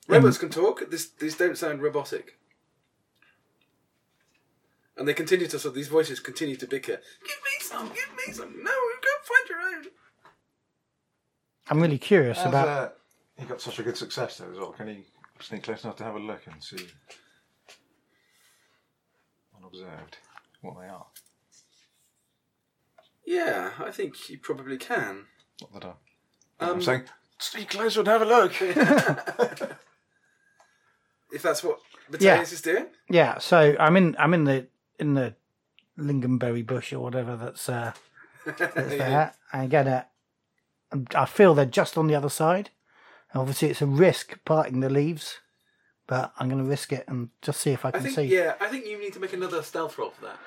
Speaker 2: robots
Speaker 3: Um,
Speaker 2: can talk. This these don't sound robotic. And they continue to so these voices continue to bicker. Give me some. Give me some. No, go find your own.
Speaker 1: I'm really curious
Speaker 3: As,
Speaker 1: about.
Speaker 3: uh, he got such a good success there as well. Can he sneak close enough to have a look and see unobserved what they are?
Speaker 2: Yeah, I think you probably can. Um,
Speaker 3: Not that I, I'm saying. Sneak Um, closer and have a look.
Speaker 2: *laughs* If that's what Batalius
Speaker 1: Yeah.
Speaker 2: is doing.
Speaker 1: Yeah, so I'm in I'm in the in the lingonberry bush or whatever that's uh
Speaker 2: *laughs*
Speaker 1: that's there. I'm gonna I feel they're just on the other side. Obviously it's a risk parting the leaves, but I'm gonna risk it and just see if I
Speaker 2: I
Speaker 1: can
Speaker 2: think
Speaker 1: see.
Speaker 2: yeah, I think you need to make another stealth roll for that.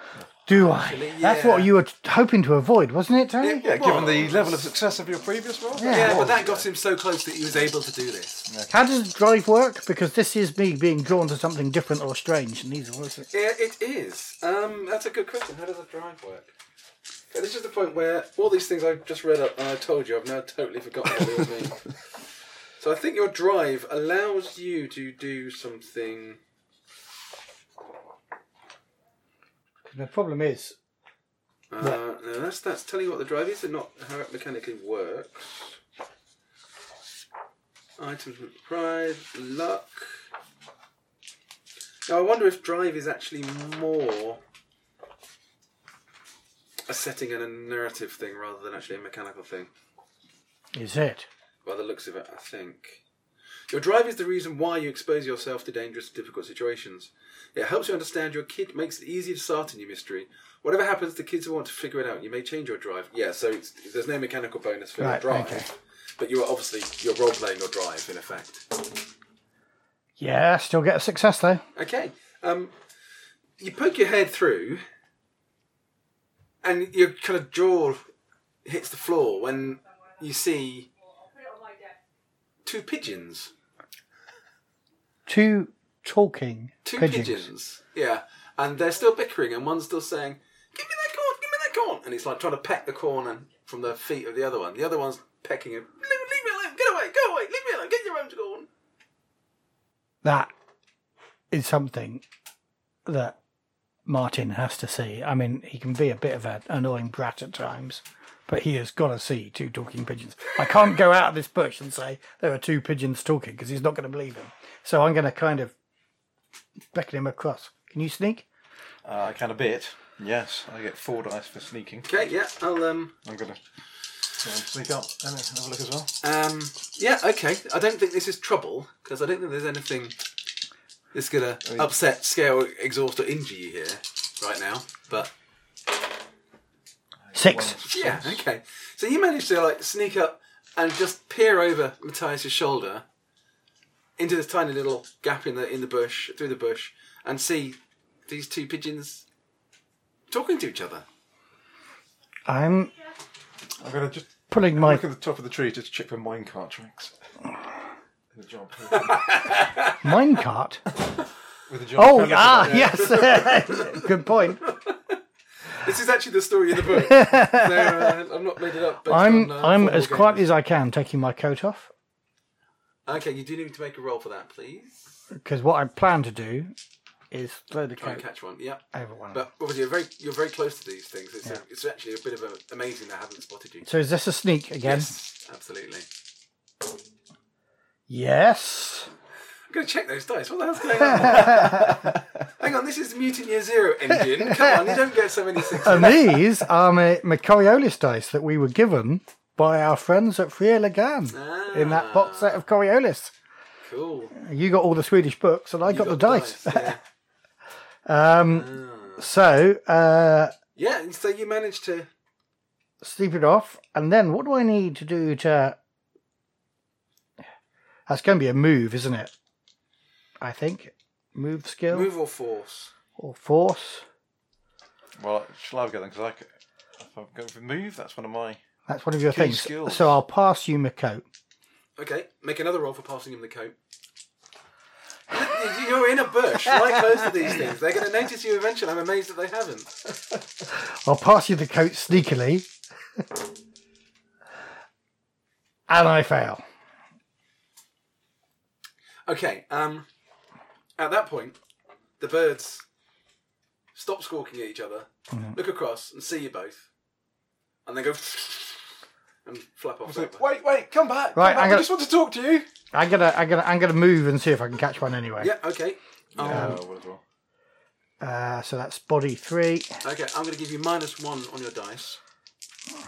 Speaker 1: Do I?
Speaker 2: Actually,
Speaker 1: That's
Speaker 2: yeah.
Speaker 1: what you were t- hoping to avoid, wasn't it, Tony?
Speaker 3: yeah, given the
Speaker 2: Whoa.
Speaker 3: level of success of your previous one.
Speaker 1: Yeah.
Speaker 2: Yeah, but that got him so close that he was able to do this.
Speaker 1: How does drive work? Because this is me being drawn to something different or strange, and these are voices.
Speaker 2: Yeah, it is. Um, that's a good question. How does a drive work? Okay, this is the point where all these things I've just read up and I told you, I've now totally forgotten what they all *laughs* mean. So I think your drive allows you to do something.
Speaker 1: The problem is,
Speaker 2: Uh, no, that's that's telling you what the drive is, and not how it mechanically works. Items with pride, luck. Now I wonder if drive is actually more a setting and a narrative thing rather than actually a mechanical thing.
Speaker 1: is it?
Speaker 2: By the looks of it, I think. Your drive is the reason why you expose yourself to dangerous and difficult situations. It helps you understand your kid, makes it easier to start a new mystery. Whatever happens, the kids will want to figure it out. You may change your drive. Yeah, so it's, there's no mechanical bonus for
Speaker 1: Right,
Speaker 2: your drive.
Speaker 1: okay.
Speaker 2: But you are obviously, you're role playing your drive, in effect.
Speaker 1: Yeah, still get a success though.
Speaker 2: Okay. Um, you poke your head through, and your kind of jaw hits the floor when you see two pigeons.
Speaker 1: Two talking
Speaker 2: two
Speaker 1: pigeons.
Speaker 2: pigeons. Yeah, and they're still bickering, and one's still saying, "Give me that corn! Give me that corn!" And it's like trying to peck the corn and from the feet of the other one. The other one's pecking him. Leave, leave me alone! Get away! Go away! Leave me alone! Get your own corn.
Speaker 1: that is something that Martin has to see. I mean, he can be a bit of an annoying brat at times, but he has got to see two talking pigeons. I can't go out of this bush and say there are two pigeons talking because he's not going to believe him. So I'm going to kind of beckon him across. Can you sneak?
Speaker 3: Uh, I can a bit. Yes, I get four dice for sneaking.
Speaker 2: Okay, yeah, I'll um,
Speaker 3: I'm gonna try and sneak up. Let me have a look as well.
Speaker 2: um, yeah, okay. I don't think this is trouble because I don't think there's anything that's gonna upset, scare, or exhaust, or injure you here right now. But
Speaker 1: Six.
Speaker 2: yeah, okay. So you manage to like sneak up and just peer over Matthias's shoulder into this tiny little gap in the in the bush through the bush and see these two pigeons talking to each other.
Speaker 1: I'm
Speaker 3: I'm gonna just
Speaker 1: pulling my.
Speaker 3: look at the top of the tree just to check for minecart tracks. With a *laughs* job.
Speaker 2: *laughs*
Speaker 1: Minecart?
Speaker 3: With a job.
Speaker 1: Oh, ah, yes. *laughs* Good point.
Speaker 2: This is actually the story of the book.
Speaker 1: *laughs*
Speaker 2: so, uh, I've not made it up. based
Speaker 1: I'm,
Speaker 2: on, uh,
Speaker 1: I'm
Speaker 2: football
Speaker 1: as quiet
Speaker 2: games.
Speaker 1: as I can taking my coat off
Speaker 2: Okay, you do need to make a roll for that, please.
Speaker 1: because what I plan to do is throw the
Speaker 2: Try and
Speaker 1: coat
Speaker 2: catch one. Yeah,
Speaker 1: over one. of them.
Speaker 2: but obviously you're very you're very close to these things. It's, a, it's actually a bit of a, amazing they haven't spotted you.
Speaker 1: So is this a sneak again?
Speaker 2: Yes, absolutely.
Speaker 1: *laughs* Yes.
Speaker 2: I'm going to check those dice. What the hell's going on?
Speaker 1: *laughs*
Speaker 2: Hang on, this is Mutant Year Zero engine. Come on, you don't get so many sixes.
Speaker 1: And these are my, my Coriolis dice that we were given by our friends at Frie Lagan in that box set of Coriolis.
Speaker 2: Ah, Cool.
Speaker 1: You got all the Swedish books, and I
Speaker 2: You
Speaker 1: got, the dice. *laughs* Um, Ah.
Speaker 2: yeah.
Speaker 1: So, uh,
Speaker 2: yeah, and so you managed to.
Speaker 1: sleep it off, and then what do I need to do to. That's going to be a move, isn't it? I think. Move skill
Speaker 2: Move or force?
Speaker 1: or force.
Speaker 3: Well, shall I go then? Because I, c- if I'm going for move, that's one of my.
Speaker 1: That's one of your
Speaker 3: Key
Speaker 1: things.
Speaker 3: skills.
Speaker 1: So I'll pass you my coat.
Speaker 2: Okay, make another roll for passing him the coat. You- You're in a bush, right close to these things. They're going to notice you eventually. I'm amazed that they haven't.
Speaker 1: I'll pass you the coat sneakily. *laughs* and I fail.
Speaker 2: Okay, um, at that point, the birds stop squawking at each other, look across, and see you both, and they go *laughs* and flap off. that way.
Speaker 3: wait, wait, come back!
Speaker 1: Right, back, I'm I gonna- just
Speaker 3: want to talk to you.
Speaker 1: I'm gonna, I'm gonna, I'm gonna move and see if I can catch one anyway.
Speaker 2: Yeah, okay. Um,
Speaker 1: Uh, so that's body three.
Speaker 2: okay, I'm going to give you minus one on your dice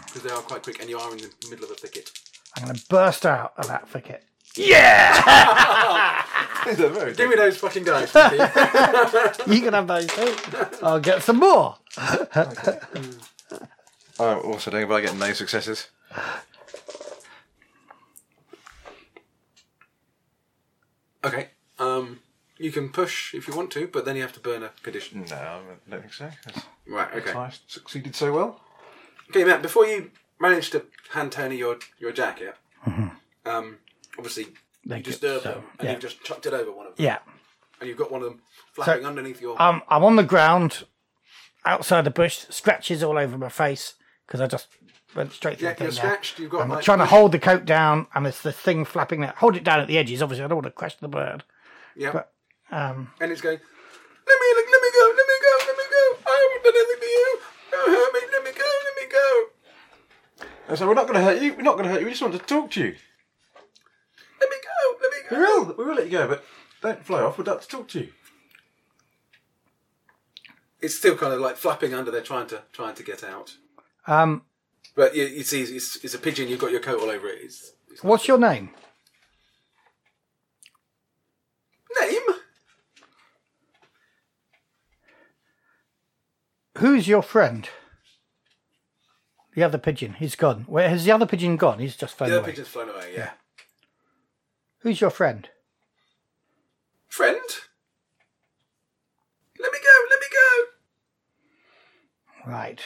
Speaker 2: because they are quite quick, and you are in the middle of a thicket.
Speaker 1: I'm gonna burst out of that thicket.
Speaker 2: Give me those fucking dice. Mickey.
Speaker 1: You can have those too. *laughs* I'll get some more.
Speaker 3: I'm also doing, but I get no successes.
Speaker 2: okay, um, you can push if you want to, but then you have to burn a condition.
Speaker 3: No, I don't think so. That's
Speaker 2: Right. Okay.
Speaker 3: I succeeded so well.
Speaker 2: Okay, Matt. Before you manage to hand Tony your your jacket, um, obviously you
Speaker 1: Naked,
Speaker 2: disturb
Speaker 1: Mm-hmm. so,
Speaker 2: them and
Speaker 1: yeah.
Speaker 2: you've just chucked it over one of them,
Speaker 1: Yeah.
Speaker 2: and you've got one of them flapping underneath your.
Speaker 1: Um, I'm on the ground, outside the bush. Scratches all over my face because I just went straight through
Speaker 2: yeah,
Speaker 1: the
Speaker 2: you're
Speaker 1: thing there.
Speaker 2: scratched. You've got
Speaker 1: I'm
Speaker 2: like,
Speaker 1: trying to hold the coat down, and it's the thing flapping that. Hold it down at the edges. Obviously, I don't want to crash the bird.
Speaker 2: yeah,
Speaker 1: Um,
Speaker 2: and it's going. Let me let me go. Let me go. Let me go. I haven't done anything to you. Don't hurt me. Let me go. Let me go.
Speaker 3: Uh, So we're not going to hurt you. We're not going to hurt you. We just want to talk to you.
Speaker 2: Let me go. Let me
Speaker 3: We
Speaker 2: go.
Speaker 3: will. We will let you go, but don't fly off. We'd like to talk to you.
Speaker 2: It's still kind of like flapping under. They're trying to trying to get out.
Speaker 1: um,
Speaker 2: But you, you see, it's, it's a pigeon. You've got your coat all over it. It's, it's
Speaker 1: what's your name?
Speaker 2: name.
Speaker 1: Who's your friend? The other pigeon. He's gone. Where has the other pigeon gone? He's just flown
Speaker 2: The other
Speaker 1: away.
Speaker 2: pigeon's flown away. yeah.
Speaker 1: Who's your friend?
Speaker 2: Friend? Let me go, let me go!
Speaker 1: Right.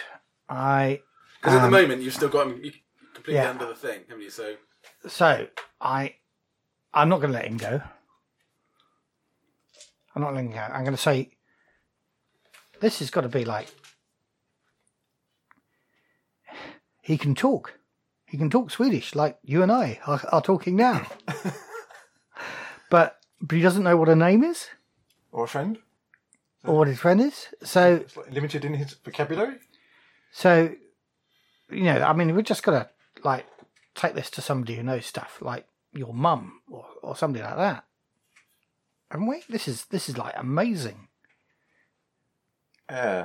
Speaker 1: I
Speaker 2: Because at the moment, you've still got him you- completely
Speaker 1: yeah.
Speaker 2: under the thing, haven't you? So,
Speaker 1: So I, I'm not going to let him go. I'm not letting him go. I'm going to say, this has got to be like, he can talk. He can talk Swedish like you and I are, are talking now. but but he doesn't know what her name is
Speaker 3: Or a friend.
Speaker 1: or what his friend is. So
Speaker 3: It's like limited in his vocabulary.
Speaker 1: so you know, I mean, we're just gonna like take this to somebody who knows stuff, like your mum or, or somebody like that. And wait, this is this is like amazing.
Speaker 3: Uh,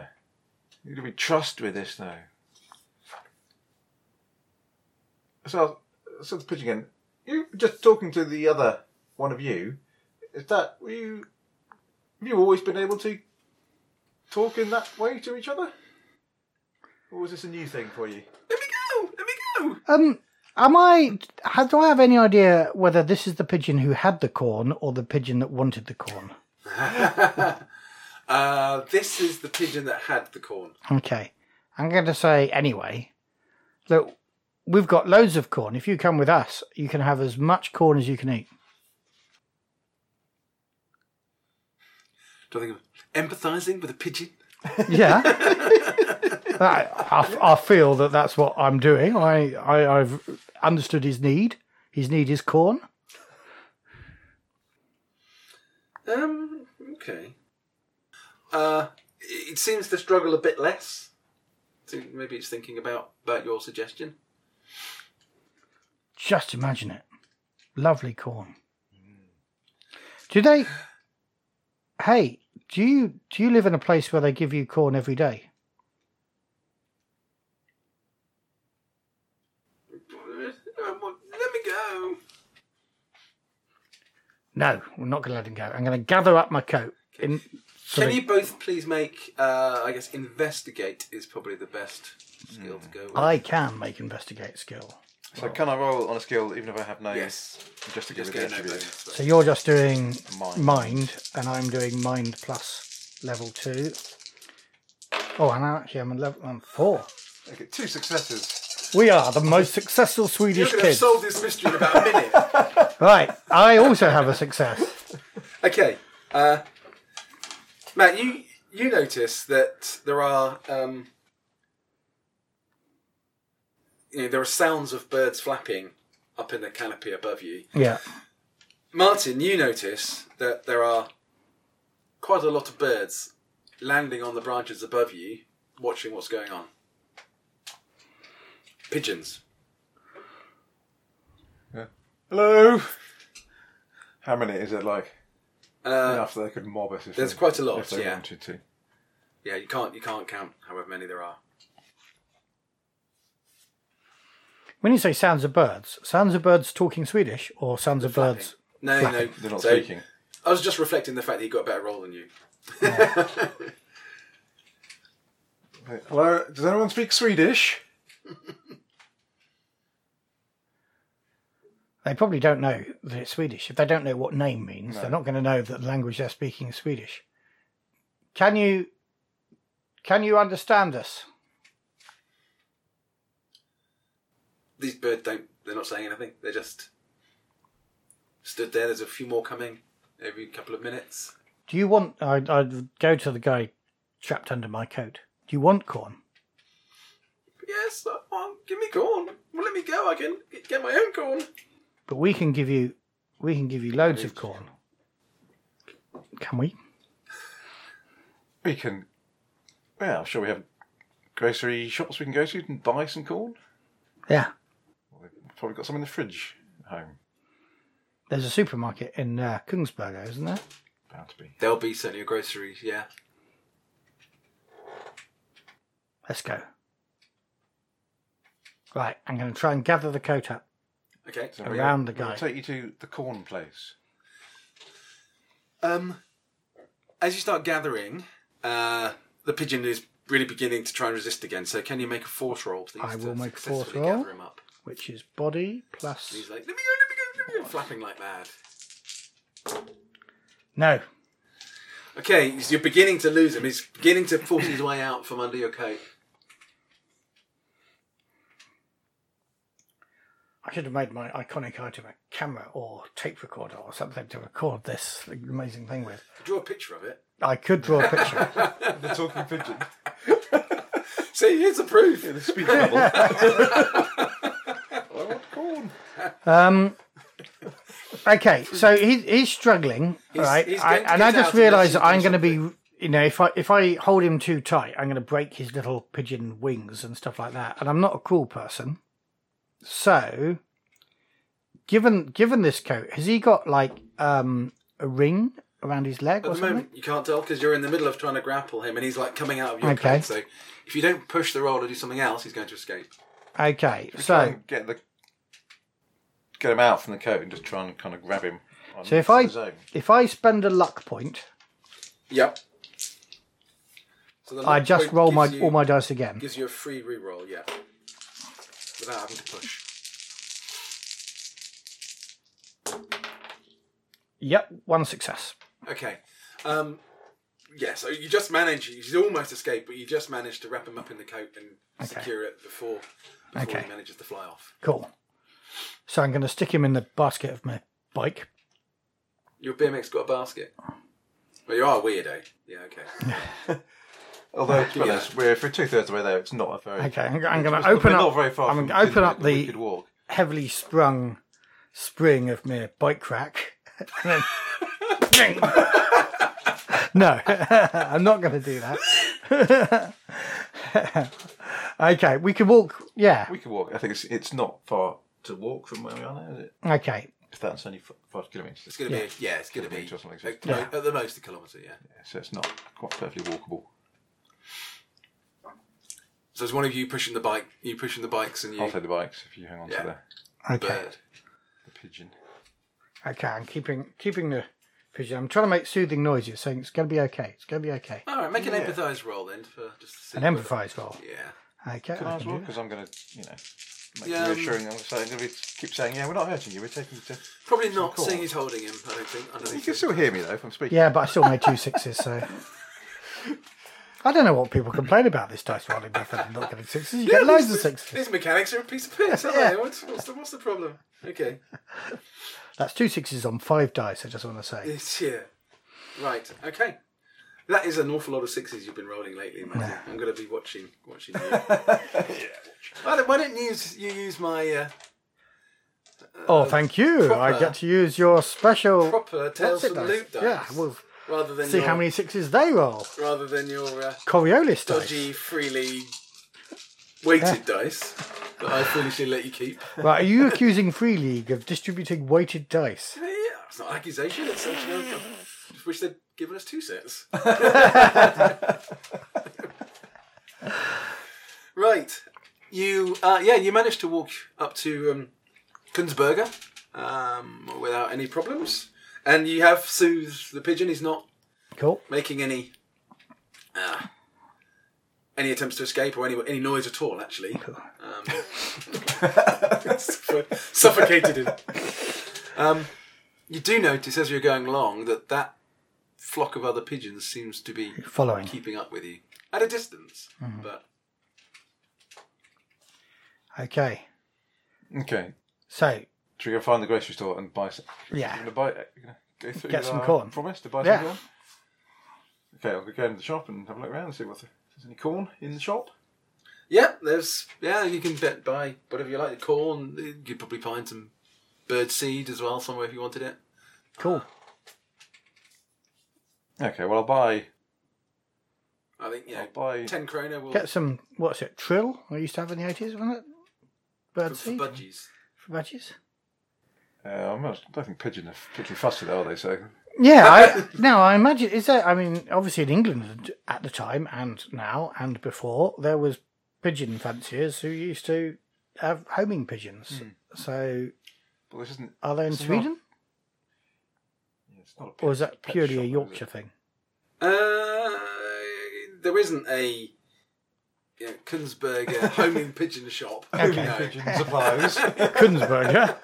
Speaker 3: you're going to be trust with this though. So, so the pitch again. You just talking to the other one of you. Is that were you? Have you always been able to talk in that way to each other, or was this a new thing for you?
Speaker 2: Let me go! Let me go!
Speaker 1: Um, am I? How, do I have any idea whether this is the pigeon who had the corn or the pigeon that wanted the corn?
Speaker 2: *laughs* Uh, this is the pigeon that had the corn.
Speaker 1: Okay, I'm going to say anyway. Look, we've got loads of corn. If you come with us, you can have as much corn as you can eat.
Speaker 2: Do I think of empathising with a pigeon? *laughs*
Speaker 1: Yeah. I, I, I feel that that's what I'm doing. I, I, I've understood his need. His need is corn.
Speaker 2: Um, okay. Uh, it it seems to struggle a bit less. So maybe it's thinking about, about your suggestion.
Speaker 1: Just imagine it. Lovely corn. Do they? Hey, do you do you live in a place where they give you corn every day?
Speaker 2: Um, well, Let me go.
Speaker 1: No, we're not going to let him go. I'm going to gather up my coat. In,
Speaker 2: Can you both please make, uh, I guess, investigate is probably the best skill to go with.
Speaker 1: Hmm. I can make investigate skill.
Speaker 3: So can I roll on a skill even if I have no?
Speaker 2: yes.
Speaker 3: Just to give
Speaker 2: Just get
Speaker 3: it the
Speaker 2: an
Speaker 3: attribute.
Speaker 2: bonus.
Speaker 1: So you're just doing mind.
Speaker 3: Mind.
Speaker 1: and I'm doing mind plus level two. Oh, and I actually I'm on level I'm four.
Speaker 3: Okay, two successes.
Speaker 1: We are the most successful
Speaker 2: You're
Speaker 1: Swedish
Speaker 2: going to have
Speaker 1: kids.
Speaker 2: solved this mystery in about a minute.
Speaker 1: *laughs* Right, I also have a success.
Speaker 2: Okay, uh, Matt, you you notice that there are um, you know there are sounds of birds flapping up in the canopy above you.
Speaker 1: Yeah,
Speaker 2: Martin, you notice that there are quite a lot of birds landing on the branches above you, watching what's going on. Pigeons.
Speaker 3: Hello. How many is it like?
Speaker 2: Uh,
Speaker 3: Enough that they could mob us. If
Speaker 2: there's
Speaker 3: they,
Speaker 2: quite a lot,
Speaker 3: If they
Speaker 2: yeah.
Speaker 3: wanted to.
Speaker 2: yeah, you can't you can't count however many there are.
Speaker 1: when you say sounds of birds, sounds of birds talking Swedish or sounds of birds?
Speaker 2: *laughs* No, no,
Speaker 3: They're not
Speaker 2: so-
Speaker 3: speaking.
Speaker 2: I was just reflecting the fact that he got a better roll than you.
Speaker 3: Hello. Does anyone speak Swedish?
Speaker 1: They probably don't know that it's Swedish. If they don't know what name means, they're not going to know that the language they're speaking is Swedish. Can you? Can you understand us?
Speaker 2: These birds don't. They're not saying anything. They just stood there. There's a few more coming every couple of minutes.
Speaker 1: Do you want? I'd, I'd go to the guy trapped under my coat. Do you want corn?
Speaker 2: Yes, uh, well, give me corn. Well, let me go. I can get my own corn.
Speaker 1: But we can give you, we can give you loads of corn. Can we?
Speaker 3: We can. Yeah, I'm sure we have grocery shops we can go to and buy some corn.
Speaker 1: Yeah.
Speaker 3: We've probably got some in the fridge at home.
Speaker 1: There's a supermarket in uh, Kungsberger, isn't there?
Speaker 3: Bound to be.
Speaker 2: There'll be certainly a grocery. Yeah.
Speaker 1: Let's go. Right, I'm going to try and gather the coat up.
Speaker 2: Okay.
Speaker 3: So
Speaker 1: Around
Speaker 3: we'll-
Speaker 1: the
Speaker 3: we'll
Speaker 1: guy.
Speaker 3: take you to the corn place.
Speaker 2: Um, as you start gathering, uh, the pigeon is really beginning to try and resist again. So can you make a force roll, please?
Speaker 1: I
Speaker 2: to
Speaker 1: will make a force
Speaker 2: successfully
Speaker 1: roll.
Speaker 2: Gather him up.
Speaker 1: Which is body plus.
Speaker 2: He's like, let me go, let me go, let me go, flapping like mad.
Speaker 1: No,
Speaker 2: Okay, so you're beginning to lose him. He's beginning to force his way out from under your coat.
Speaker 1: I should have made my iconic item a camera or tape recorder or something to record this amazing thing with.
Speaker 2: Draw a picture of it.
Speaker 1: I could draw a picture.
Speaker 3: The talking pigeon.
Speaker 2: See, here's the proof.
Speaker 3: *laughs* The
Speaker 1: *laughs*
Speaker 3: speech bubble. I want corn.
Speaker 1: Um, okay, so he, he's struggling,
Speaker 2: He's-
Speaker 1: right?
Speaker 2: he's
Speaker 1: I,
Speaker 2: going to
Speaker 1: and I
Speaker 2: get
Speaker 1: just
Speaker 2: out unless
Speaker 1: realised
Speaker 2: you
Speaker 1: that
Speaker 2: do
Speaker 1: I'm going to be you know, if I if I hold him too tight, I'm going to break his little pigeon wings and stuff like that. And I'm not a cruel person, so given given this coat, has he got like um, a ring around his leg
Speaker 2: At
Speaker 1: or
Speaker 2: the
Speaker 1: something?
Speaker 2: moment, you can't tell because you're in the middle of trying to grapple him, and he's like coming out of your
Speaker 1: Okay.
Speaker 2: coat. So if you don't push the roll or do something else, he's going to escape.
Speaker 1: Okay,
Speaker 3: Just try
Speaker 1: so
Speaker 3: and get the get him out from the coat and just try and kind of grab him. on
Speaker 1: So if I-
Speaker 3: his own.
Speaker 1: if I spend a luck point,
Speaker 2: Yep. So the
Speaker 1: I
Speaker 2: luck
Speaker 1: just
Speaker 2: point
Speaker 1: roll
Speaker 2: gives
Speaker 1: my
Speaker 2: you,
Speaker 1: all my dice again.
Speaker 2: gives you a free reroll. Yeah, without having to push.
Speaker 1: Yep, one success.
Speaker 2: Okay. Um, yeah, so you just manage, he's almost escaped, but you just managed to wrap him up in the coat and
Speaker 1: Okay.
Speaker 2: secure it before, before
Speaker 1: Okay.
Speaker 2: he manages to fly off.
Speaker 1: Cool. So I'm going to stick him in the basket of my bike.
Speaker 2: Your BMX got a basket. Well, you are a weirdo. Yeah, okay.
Speaker 3: Although to be
Speaker 2: Yeah.
Speaker 3: honest, we're for two thirds of the way there. It's not a very
Speaker 1: Okay, I'm, I'm going
Speaker 3: it's-
Speaker 1: to open
Speaker 3: we're
Speaker 1: up.
Speaker 3: Not very far.
Speaker 1: I'm
Speaker 3: from
Speaker 1: going to open
Speaker 3: the,
Speaker 1: up
Speaker 3: We
Speaker 1: the
Speaker 3: could walk.
Speaker 1: heavily sprung spring of my bike crack. and then, Ding! *laughs* no, *laughs* I'm not going to do that. *laughs* okay, we can walk. Yeah.
Speaker 3: We could walk. I think it's it's not far to walk from where we are now, is it?
Speaker 1: Okay.
Speaker 3: If that's only f- five kilometres,
Speaker 2: It's going to be, yeah, it's going to be
Speaker 3: Gonna be just like
Speaker 2: at,
Speaker 3: this.
Speaker 2: at the most a kilometre, yeah.
Speaker 3: so it's not quite perfectly walkable.
Speaker 2: So it's one of you pushing the bike, you pushing the bikes and you
Speaker 3: I'll take the bikes if you hang on
Speaker 2: Yeah.
Speaker 3: to the,
Speaker 1: Okay.
Speaker 2: bird.
Speaker 3: the pigeon.
Speaker 1: Okay. I'm keeping keeping the pigeon. I'm trying to make soothing noises, saying it's going to be okay. It's going to be okay.
Speaker 2: All right, make an
Speaker 3: Yeah.
Speaker 2: empathise roll then for just to see
Speaker 1: An
Speaker 2: whether-
Speaker 1: empathise roll.
Speaker 2: Yeah.
Speaker 1: Okay. I
Speaker 3: Can I as
Speaker 1: can do that.
Speaker 3: well? Because I'm going to, you know, make
Speaker 2: Yeah, um,
Speaker 3: reassuring them. So I'm going to keep saying, yeah, we're not hurting you. We're taking you to.
Speaker 2: Probably not,
Speaker 3: Cool.
Speaker 2: seeing he's holding him, I don't think. I don't
Speaker 3: You
Speaker 2: think
Speaker 3: can still hear me though if I'm speaking.
Speaker 1: Yeah, but I still made two sixes, so. I don't know what people complain about this dice rolling method and not getting sixes. You get loads of sixes.
Speaker 2: These mechanics are a piece of piss, aren't
Speaker 1: Yeah.
Speaker 2: they? What's, what's, the, what's the problem? Okay.
Speaker 1: That's two sixes on five dice, I just want to say.
Speaker 2: It's yeah. Right. Okay. That is an awful lot of sixes you've been rolling lately, Matthew. I'm going to be watching watching
Speaker 1: *laughs*
Speaker 2: you. Why don't, why don't you use you use my uh,
Speaker 1: oh, thank you. I
Speaker 2: proper-
Speaker 1: get to use your special.
Speaker 2: proper
Speaker 1: What's
Speaker 2: tails
Speaker 1: it
Speaker 2: from the
Speaker 1: dice?
Speaker 2: loop dice?
Speaker 1: Yeah, we'll
Speaker 2: rather than
Speaker 1: see
Speaker 2: your,
Speaker 1: how many sixes they roll.
Speaker 2: rather than your uh,
Speaker 1: Coriolis dice.
Speaker 2: dodgy freely weighted dice that I foolishly let you keep.
Speaker 1: Right, are you accusing Free League of distributing weighted dice?
Speaker 2: Yeah, it's not an accusation. It's such an Just wish they'd given us two sets. right, you. Uh, yeah, you managed to walk up to um, Kunzberger um, without any problems, and you have soothed the pigeon. He's not
Speaker 1: Cool.
Speaker 2: making any uh, any attempts to escape or any any noise at all. Actually, um, suff- *laughs* suffocated him. Um, you do notice as you're going along that that flock of other pigeons seems to be
Speaker 1: Following.
Speaker 2: keeping up with you at a distance,
Speaker 1: Mm-hmm.
Speaker 2: but
Speaker 1: Okay.
Speaker 3: *laughs* Okay.
Speaker 1: So,
Speaker 3: Should we go find the grocery store and buy some?
Speaker 1: Yeah.
Speaker 3: You're gonna buy. You're gonna go through
Speaker 1: Get some
Speaker 3: our
Speaker 1: corn.
Speaker 3: Promise to buy
Speaker 1: Yeah.
Speaker 3: some corn. Okay, I'll go down to the shop and have a look around and see what the, if there's any corn in the shop.
Speaker 2: yeah, there's yeah you can bet buy whatever you like. Corn, you could probably find some bird seed as well somewhere if you wanted it.
Speaker 1: cool.
Speaker 3: Okay, well I'll buy.
Speaker 2: I think yeah,
Speaker 3: I'll buy.
Speaker 2: ten kroner will
Speaker 1: Get some, what's it, trill? I used to have in the 80s, wasn't it?
Speaker 2: for,
Speaker 1: Bird
Speaker 2: for
Speaker 1: seed?
Speaker 2: budgies.
Speaker 1: For budgies?
Speaker 3: Uh, I'm not, I don't think pigeon are particularly fussy though, are they? So
Speaker 1: Yeah, *laughs* I, now I imagine is there. I mean, obviously in England at the time and now and before there was pigeon fanciers who used to have homing pigeons. So
Speaker 3: well, this isn't.
Speaker 1: are they in
Speaker 3: It's not-
Speaker 1: Hmm. Sweden
Speaker 3: It's not a pet,
Speaker 1: or is that
Speaker 3: pet
Speaker 1: purely
Speaker 3: shop,
Speaker 1: a
Speaker 3: is it?
Speaker 1: Yorkshire
Speaker 3: *laughs*
Speaker 1: thing?
Speaker 2: Uh, there isn't a you know,
Speaker 1: *laughs*
Speaker 2: Kunzberger homing pigeon shop.
Speaker 1: Okay.
Speaker 2: No.
Speaker 3: Pigeon
Speaker 1: *laughs*
Speaker 3: supplies. *laughs*
Speaker 1: Kunzberger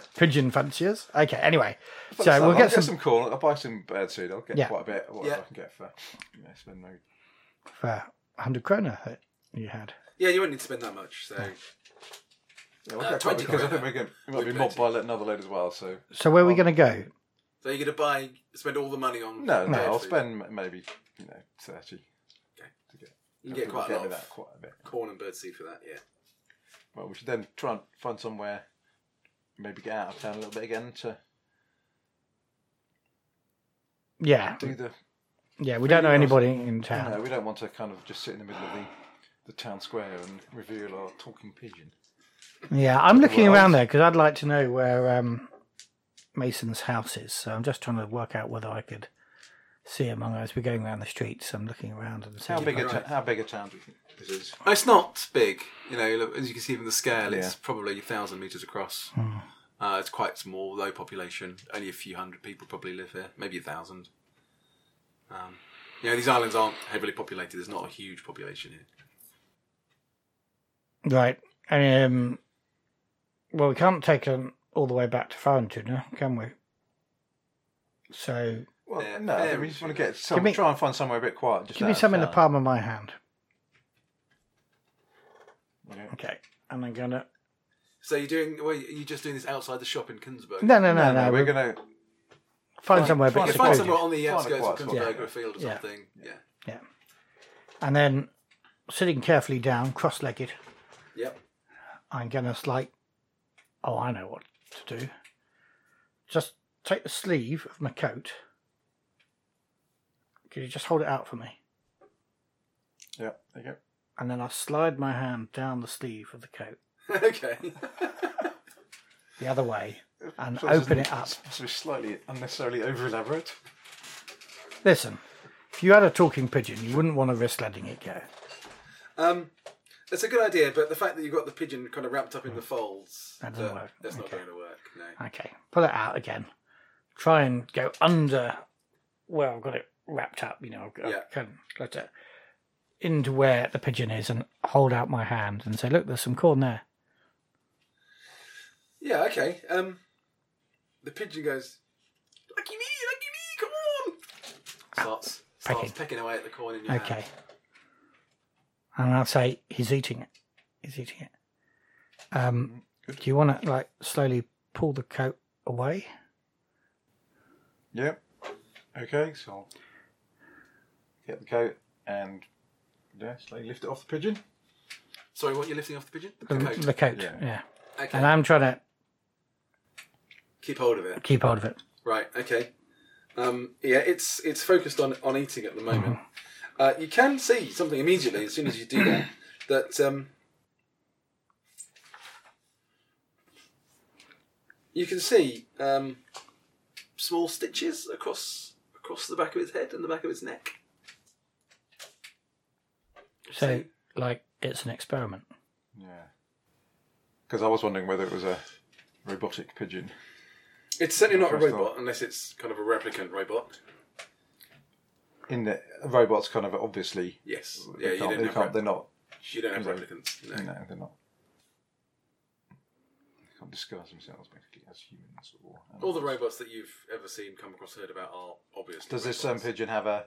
Speaker 1: *laughs* pigeon fanciers. Okay, anyway, so
Speaker 3: I'll
Speaker 1: we'll get some,
Speaker 3: corn. I'll buy some bird seed. I'll get
Speaker 1: Yeah.
Speaker 3: quite a bit. What
Speaker 2: Yeah.
Speaker 3: I can get for you know, spend no.
Speaker 1: for hundred kroner that you had.
Speaker 2: Yeah, you won't need to spend that much. So
Speaker 3: Yeah, we'll
Speaker 2: Uh,
Speaker 3: get quite a
Speaker 2: 20
Speaker 3: bit, because I think
Speaker 2: quid.
Speaker 3: we're going. We might be
Speaker 2: With
Speaker 3: mobbed by
Speaker 2: bird
Speaker 3: another load as well. So
Speaker 1: So where are we
Speaker 3: Um,
Speaker 1: going to go?
Speaker 2: so you're gonna buy, spend all the money on.
Speaker 3: no, no,
Speaker 2: bird
Speaker 3: I'll
Speaker 2: food.
Speaker 3: spend m- maybe you know thirty.
Speaker 2: Okay.
Speaker 3: To get,
Speaker 2: You can get
Speaker 3: to
Speaker 2: quite a
Speaker 3: get
Speaker 2: lot
Speaker 3: me
Speaker 2: of
Speaker 3: that quite a bit.
Speaker 2: corn and bird seed for that. Yeah.
Speaker 3: Well, we should then try and find somewhere, maybe get out of town a little bit again to
Speaker 1: Yeah,
Speaker 3: do the
Speaker 1: Yeah, we don't know anybody in town.
Speaker 3: No, we don't want to kind of just sit in the middle of the, the town square and reveal our talking pigeon.
Speaker 1: Yeah, I'm looking
Speaker 3: Well-
Speaker 1: around there because I'd like to know where um, Mason's house is. So I'm just trying to work out whether I could see him as we're going around the streets. I'm looking around and
Speaker 3: How
Speaker 1: seeing.
Speaker 3: big, a
Speaker 2: Right.
Speaker 3: ta- how big a town do you think this is?
Speaker 2: It's not big, you know. look, As you can see from the scale, it's
Speaker 3: Yeah. Hmm.
Speaker 2: probably a thousand meters across. Uh, it's quite small, low population. Only a few hundred people probably live here, maybe a thousand. Um, you know, these islands aren't heavily populated. There's not a huge population here.
Speaker 1: Right. Um, well, we can't take him all the way back to Farrington, can we? So
Speaker 3: Well,
Speaker 2: Yeah,
Speaker 3: no, I think
Speaker 2: fair
Speaker 3: we just want to get some,
Speaker 1: Give me-
Speaker 3: try and find somewhere a bit quiet. Just
Speaker 1: give me
Speaker 3: out of
Speaker 1: some in the
Speaker 3: town.
Speaker 1: palm of my hand.
Speaker 3: Okay.
Speaker 1: Okay. And I'm gonna.
Speaker 2: So you're doing? Well, you're just doing this outside the shop in Kinsberg.
Speaker 1: No, no, no, no.
Speaker 3: No, no,
Speaker 1: we'll
Speaker 3: we're going to
Speaker 1: find
Speaker 3: find-
Speaker 1: somewhere a bit
Speaker 3: find
Speaker 2: You
Speaker 3: a
Speaker 2: find
Speaker 1: secluded.
Speaker 2: somewhere on the
Speaker 3: Find a
Speaker 2: outskirts of
Speaker 3: quiet spot.
Speaker 2: Kinsberg
Speaker 1: Yeah.
Speaker 2: or a field or
Speaker 1: Yeah.
Speaker 2: something. Yeah.
Speaker 1: Yeah. And then sitting carefully down, cross-legged,
Speaker 2: Yep.
Speaker 1: I'm gonna like, oh, I know what to do. Just take the sleeve of my coat. Could you just hold it out for me?
Speaker 3: Yeah, there you go.
Speaker 1: And then I slide my hand down the sleeve of the coat
Speaker 2: *laughs* okay.
Speaker 1: the other way and
Speaker 3: *laughs* So this
Speaker 1: open
Speaker 3: is-
Speaker 1: it up.
Speaker 3: So it's slightly unnecessarily over elaborate.
Speaker 1: Listen, if you had a talking pigeon, you wouldn't want to risk letting it go.
Speaker 2: um, it's a good idea, but the fact that you've got the pigeon kind of wrapped up in the folds,
Speaker 1: Hmm. That doesn't work.
Speaker 2: that's not
Speaker 1: Okay.
Speaker 2: going to work. No.
Speaker 1: Okay, pull it out again. Try and go under where I've got it wrapped up, you know, I
Speaker 2: Yeah.
Speaker 1: can let it into where the pigeon is and hold out my hand and say, look, there's some corn there.
Speaker 2: Yeah, okay. Um, the pigeon goes, "Lucky me, lucky me, come on!" Starts starts
Speaker 1: Pecking.
Speaker 2: pecking, away at the corn in your hand.
Speaker 1: Okay. And I'll say, he's eating it. He's eating it. Um, do you want to, like, slowly pull the coat away?
Speaker 3: Yep. Okay, so I'll get the coat and yeah, slowly lift it off the pigeon.
Speaker 2: Sorry, what you're lifting off the pigeon? The,
Speaker 1: The, the
Speaker 2: coat.
Speaker 1: coat,
Speaker 3: Yeah.
Speaker 1: yeah.
Speaker 2: okay.
Speaker 1: Um, And I'm trying to
Speaker 2: Keep hold of it.
Speaker 1: keep hold of it.
Speaker 2: Right. Okay. Um, yeah, it's it's focused on on eating at the moment. Uh, you can see something immediately as soon as you do that. That um, you can see um, small stitches across across the back of its head and the back of its neck.
Speaker 1: So,
Speaker 2: See?
Speaker 1: like, it's an experiment.
Speaker 3: Yeah. Because I was wondering whether it was a robotic pigeon.
Speaker 2: It's certainly not a
Speaker 3: First
Speaker 2: robot
Speaker 3: thought.
Speaker 2: unless it's kind of a replicant robot.
Speaker 3: In the robots, kind of obviously.
Speaker 2: Yes.
Speaker 3: they
Speaker 2: Yeah, you
Speaker 3: can't-
Speaker 2: don't,
Speaker 3: they
Speaker 2: have
Speaker 3: can't-
Speaker 2: rep-
Speaker 3: they're not.
Speaker 2: you don't have
Speaker 3: no.
Speaker 2: replicants. No.
Speaker 3: No, they're not. They can't disguise themselves basically as humans or.
Speaker 2: All the
Speaker 3: animals.
Speaker 2: robots that you've ever seen, come across, heard about are obviously.
Speaker 3: Does this um,
Speaker 2: robots.
Speaker 3: pigeon have a,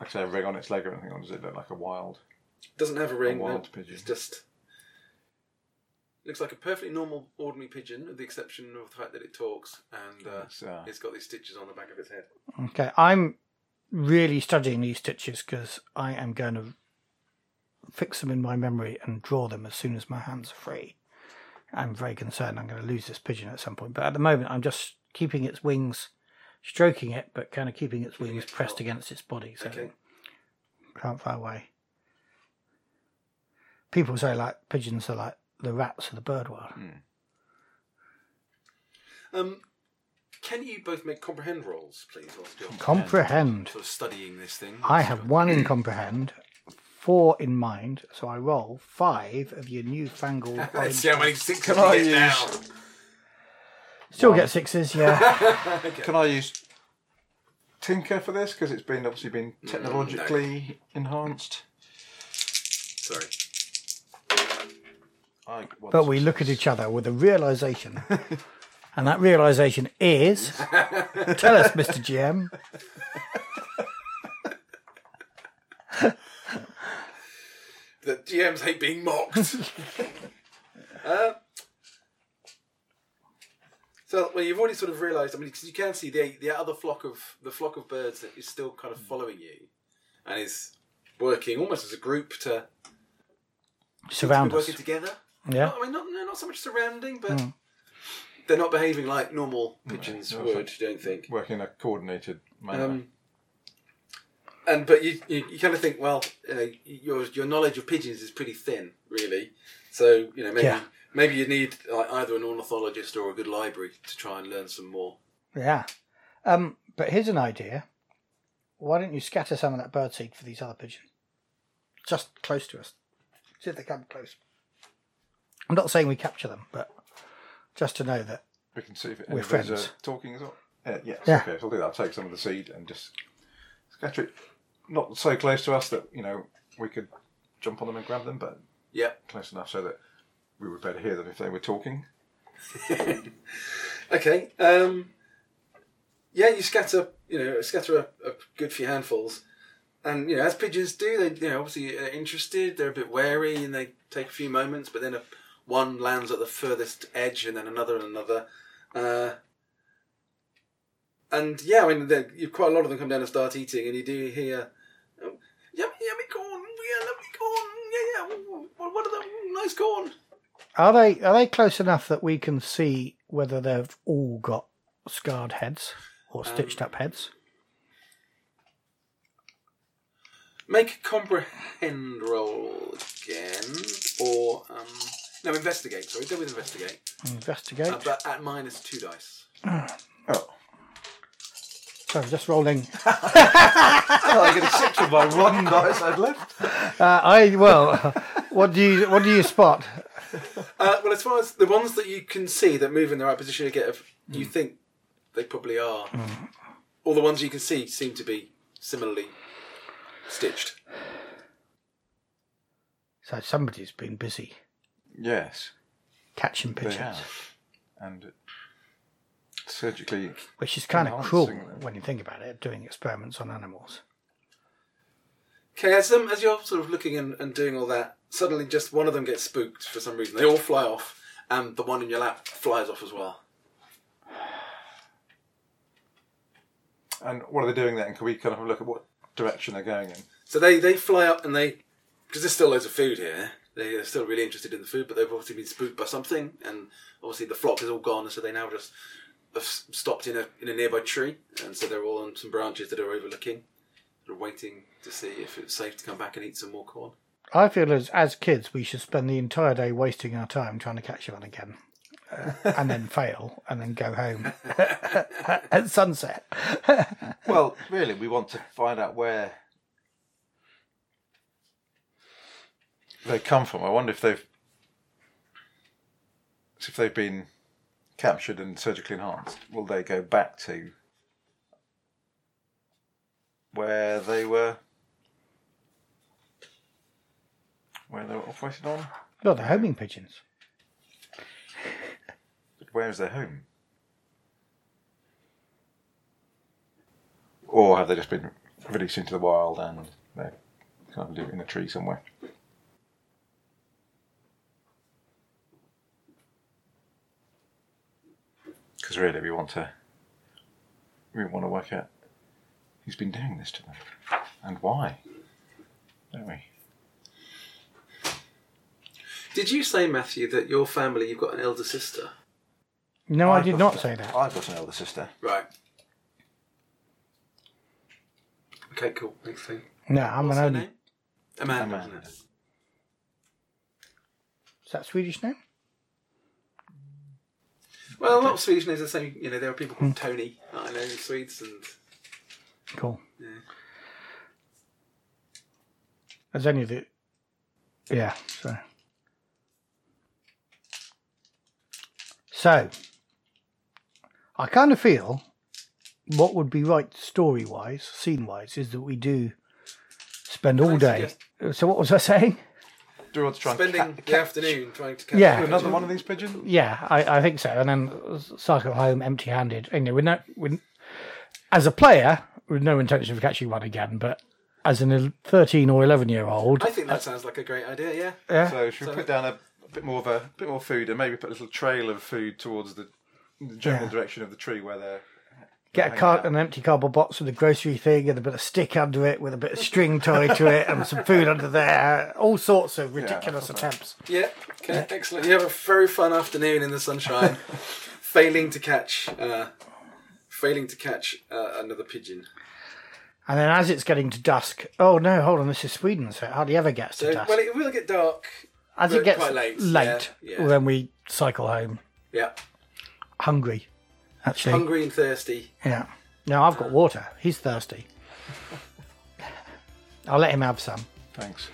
Speaker 3: like I say, a rig on its leg or anything, or does it look like a wild?
Speaker 2: Doesn't have a ring. no.
Speaker 3: wild pigeon.
Speaker 2: It's just looks like a perfectly normal, ordinary pigeon, with the exception of the fact that it talks and uh,
Speaker 3: It's, uh,
Speaker 2: it's got these stitches on the back of its head.
Speaker 1: Okay, I'm really studying these stitches because I am going to fix them in my memory and draw them as soon as my hands are free. I'm very concerned I'm going to lose this pigeon at some point, but at the moment I'm just keeping its wings, stroking it, but kind of keeping its wings
Speaker 2: it
Speaker 1: pressed
Speaker 2: taut.
Speaker 1: against its body, so
Speaker 2: Okay.
Speaker 1: it can't fly away. People say like pigeons are like the rats of the bird world.
Speaker 2: Um, can you both make comprehend rolls, please, whilst you're uh,
Speaker 1: Comprehend.
Speaker 2: sort of studying this thing?
Speaker 1: I have one in comprehend, four in mind, so I roll five of your newfangled.
Speaker 2: Let's
Speaker 1: orange-
Speaker 2: see how many sixes
Speaker 3: Can I
Speaker 2: you get now.
Speaker 1: Still get sixes,
Speaker 2: *laughs*
Speaker 1: yeah.
Speaker 3: Can I use Tinker for this because it's been obviously been
Speaker 2: Mm,
Speaker 3: technologically enhanced?
Speaker 2: Sorry.
Speaker 3: I, well,
Speaker 1: but we look at each other with a realization. and that realization is tell us, Mr. GM.
Speaker 2: The GMs hate being
Speaker 1: *laughs*
Speaker 2: mocked. uh, so, well, you've already sort of realised. I mean, 'cause you can see the the other flock of the flock of birds that is still kind of
Speaker 1: Hmm.
Speaker 2: following you, and is working almost as a group to
Speaker 1: Surround
Speaker 2: to be
Speaker 1: us.
Speaker 2: working together.
Speaker 1: Yeah. Hmm.
Speaker 2: Not- I mean, not no, not so much surrounding, but they're not behaving like normal pigeons
Speaker 3: no,
Speaker 2: would. Don't think.
Speaker 3: work in a coordinated manner.
Speaker 2: Um, and but you you, you kind of think, well, you know, your your knowledge of pigeons is pretty thin, really. So you know, maybe
Speaker 1: Yeah.
Speaker 2: maybe you need like, either an ornithologist or a good library to try and learn some more.
Speaker 1: Yeah. Um, but here's an idea. Why don't you scatter some of that bird seed for these other pigeons? Just close to us. See if they come close. I'm not saying we capture them, but just to know that.
Speaker 3: We can see if any
Speaker 1: We're
Speaker 3: of those
Speaker 1: friends.
Speaker 3: are talking as well. Uh, yes,
Speaker 1: Yeah.
Speaker 3: okay, so I'll do that. I'll take some of the seed and just scatter it. Not so close to us that, you know, we could jump on them and grab them, but
Speaker 2: Yeah.
Speaker 3: close enough so that we would better hear them if they were talking.
Speaker 2: Okay. Um, yeah, you scatter, you know, scatter a, a good few handfuls, and you know, as pigeons do, they, you know, obviously are interested. They're a bit wary, and they take a few moments, but then a, one lands at the furthest edge, and then another, and another. Uh, and yeah, I mean, there- you quite a lot of them come down and start eating, and you do hear, um, yummy, yummy corn, yeah, lovely corn, yeah, yeah, ooh, what are the ooh, nice corn?
Speaker 1: Are they are they close enough that we can see whether they've all got scarred heads
Speaker 3: Um,
Speaker 1: or stitched up heads?
Speaker 2: Make a comprehend roll again, or um, no, investigate. Sorry, go with investigate,
Speaker 1: Investigate.
Speaker 2: uh, but at minus two dice.
Speaker 3: Oh,
Speaker 1: Sorry, just rolling.
Speaker 3: Oh, I get a six with my one dice I'd left.
Speaker 1: Uh, I well, *laughs* what do you what do you spot?
Speaker 2: Uh, well, as far as the ones that you can see that move in the right position, you get if you think they probably are. All the ones you can see seem to be similarly stitched.
Speaker 1: So somebody's been busy
Speaker 3: Yes,
Speaker 1: catching
Speaker 3: they
Speaker 1: pigeons.
Speaker 3: have. And surgically,
Speaker 1: Which is kind of
Speaker 3: Enhancing
Speaker 1: cruel
Speaker 3: them.
Speaker 1: when you think about it, doing experiments on animals.
Speaker 2: Okay, as, um, as you're sort of looking and, and doing all that, suddenly just one of them gets spooked for some reason. They all fly off, and the one in your lap flies off as well.
Speaker 3: and what are they doing then? Can we kind of have a look at what direction they're going in?
Speaker 2: So they, they fly up and they, because there's still loads of food here. They- They're still really interested in the food, but they've obviously been spooked by something, and obviously the flock is all gone, and so they now just have s- stopped in a in a nearby tree, and so they're all on some branches that are overlooking, sort of waiting to see if it's safe to come back and eat some more corn.
Speaker 1: I feel as as kids we should spend the entire day wasting our time trying to catch one again, uh, and
Speaker 3: *laughs*
Speaker 1: then fail, and then go home *laughs* at sunset.
Speaker 3: Well, really, we want to find out where they come from. I wonder if they've if they've been captured and surgically enhanced. Will they go back to where they were? Where they were operated on?
Speaker 1: Well, they're homing pigeons.
Speaker 3: Where is their home? Or have they just been released into the wild and they're kind of living in a tree somewhere? Because really, we want to we want to work out who's been doing this to them and why, don't we?
Speaker 2: Did you say, Matthew, that your family you've got an elder sister?
Speaker 1: No, I,
Speaker 3: I've
Speaker 1: did
Speaker 3: got-
Speaker 1: not say that.
Speaker 3: I've got an elder sister.
Speaker 2: Right. Okay, cool. Next thing.
Speaker 1: No, I'm
Speaker 2: What's
Speaker 1: an
Speaker 2: her
Speaker 1: only.
Speaker 2: name? Amanda.
Speaker 3: Amanda.
Speaker 2: isn't it?
Speaker 1: Is that Swedish name?
Speaker 2: Well, a lot of Swedish names are the same. You know, there are people called
Speaker 3: Hmm.
Speaker 2: Tony. that I know in Swedes and.
Speaker 1: Cool. There's only the. Yeah, so. So, I kind of feel what would be right story wise, scene wise, is that we do spend all
Speaker 2: I
Speaker 1: day. So, what was I saying?
Speaker 3: Do you want to try
Speaker 2: spending
Speaker 3: and ca-
Speaker 2: the afternoon trying to catch
Speaker 1: Yeah.
Speaker 3: capture another one of these pigeons?
Speaker 1: Yeah, I, I think so. And then cycle home empty handed. You know, with no, with, as a player, with no intention of catching one again, but as an el- 13 or 11 year old,
Speaker 2: I
Speaker 3: Uh,
Speaker 2: think that sounds like a great idea. Yeah,
Speaker 1: yeah,
Speaker 3: So should we put down a, a bit more of a, bit more food and maybe put a little trail of food towards the, the general
Speaker 1: Yeah.
Speaker 3: direction of the tree where they're
Speaker 1: get a
Speaker 3: hang
Speaker 1: cart,
Speaker 3: out.
Speaker 1: an empty cardboard box with a grocery thing and a bit of stick under it with a bit of string tied to it and some food under there. All sorts of ridiculous attempts.
Speaker 2: yeah. Okay, excellent. You have a very fun afternoon in the
Speaker 3: *laughs*
Speaker 2: sunshine, failing to catch, uh, failing to catch uh, another pigeon.
Speaker 1: And then as it's getting to dusk, oh no, hold on, this is Sweden, so it hardly ever gets to
Speaker 2: So,
Speaker 1: dusk.
Speaker 2: well, it will get dark.
Speaker 1: as
Speaker 2: but
Speaker 1: it gets
Speaker 2: quite late, yeah, yeah.
Speaker 1: then we cycle home
Speaker 2: Yeah,
Speaker 1: hungry. Actually,
Speaker 2: hungry and thirsty.
Speaker 1: yeah. No, I've got water. He's thirsty. I'll let him have some.
Speaker 3: Thanks.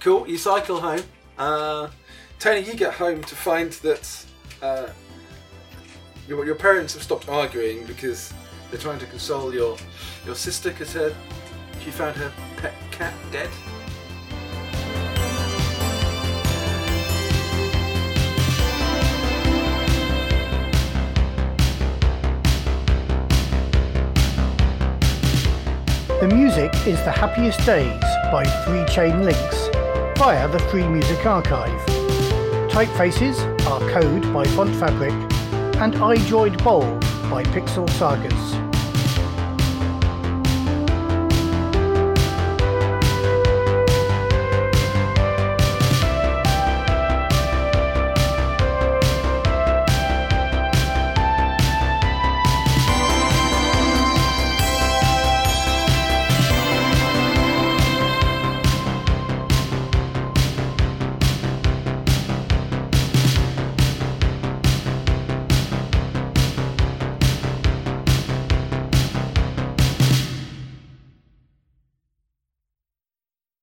Speaker 2: Cool. You cycle home. Uh, Tony, you get home to find that uh, your, your parents have stopped arguing because they're trying to console your your sister because her she found her pet cat dead.
Speaker 1: The music is The Happiest Days by Three Chain Links via the Free Music Archive. Typefaces are Code by Font Fabric and iDroid Bowl by Pixel Sagas.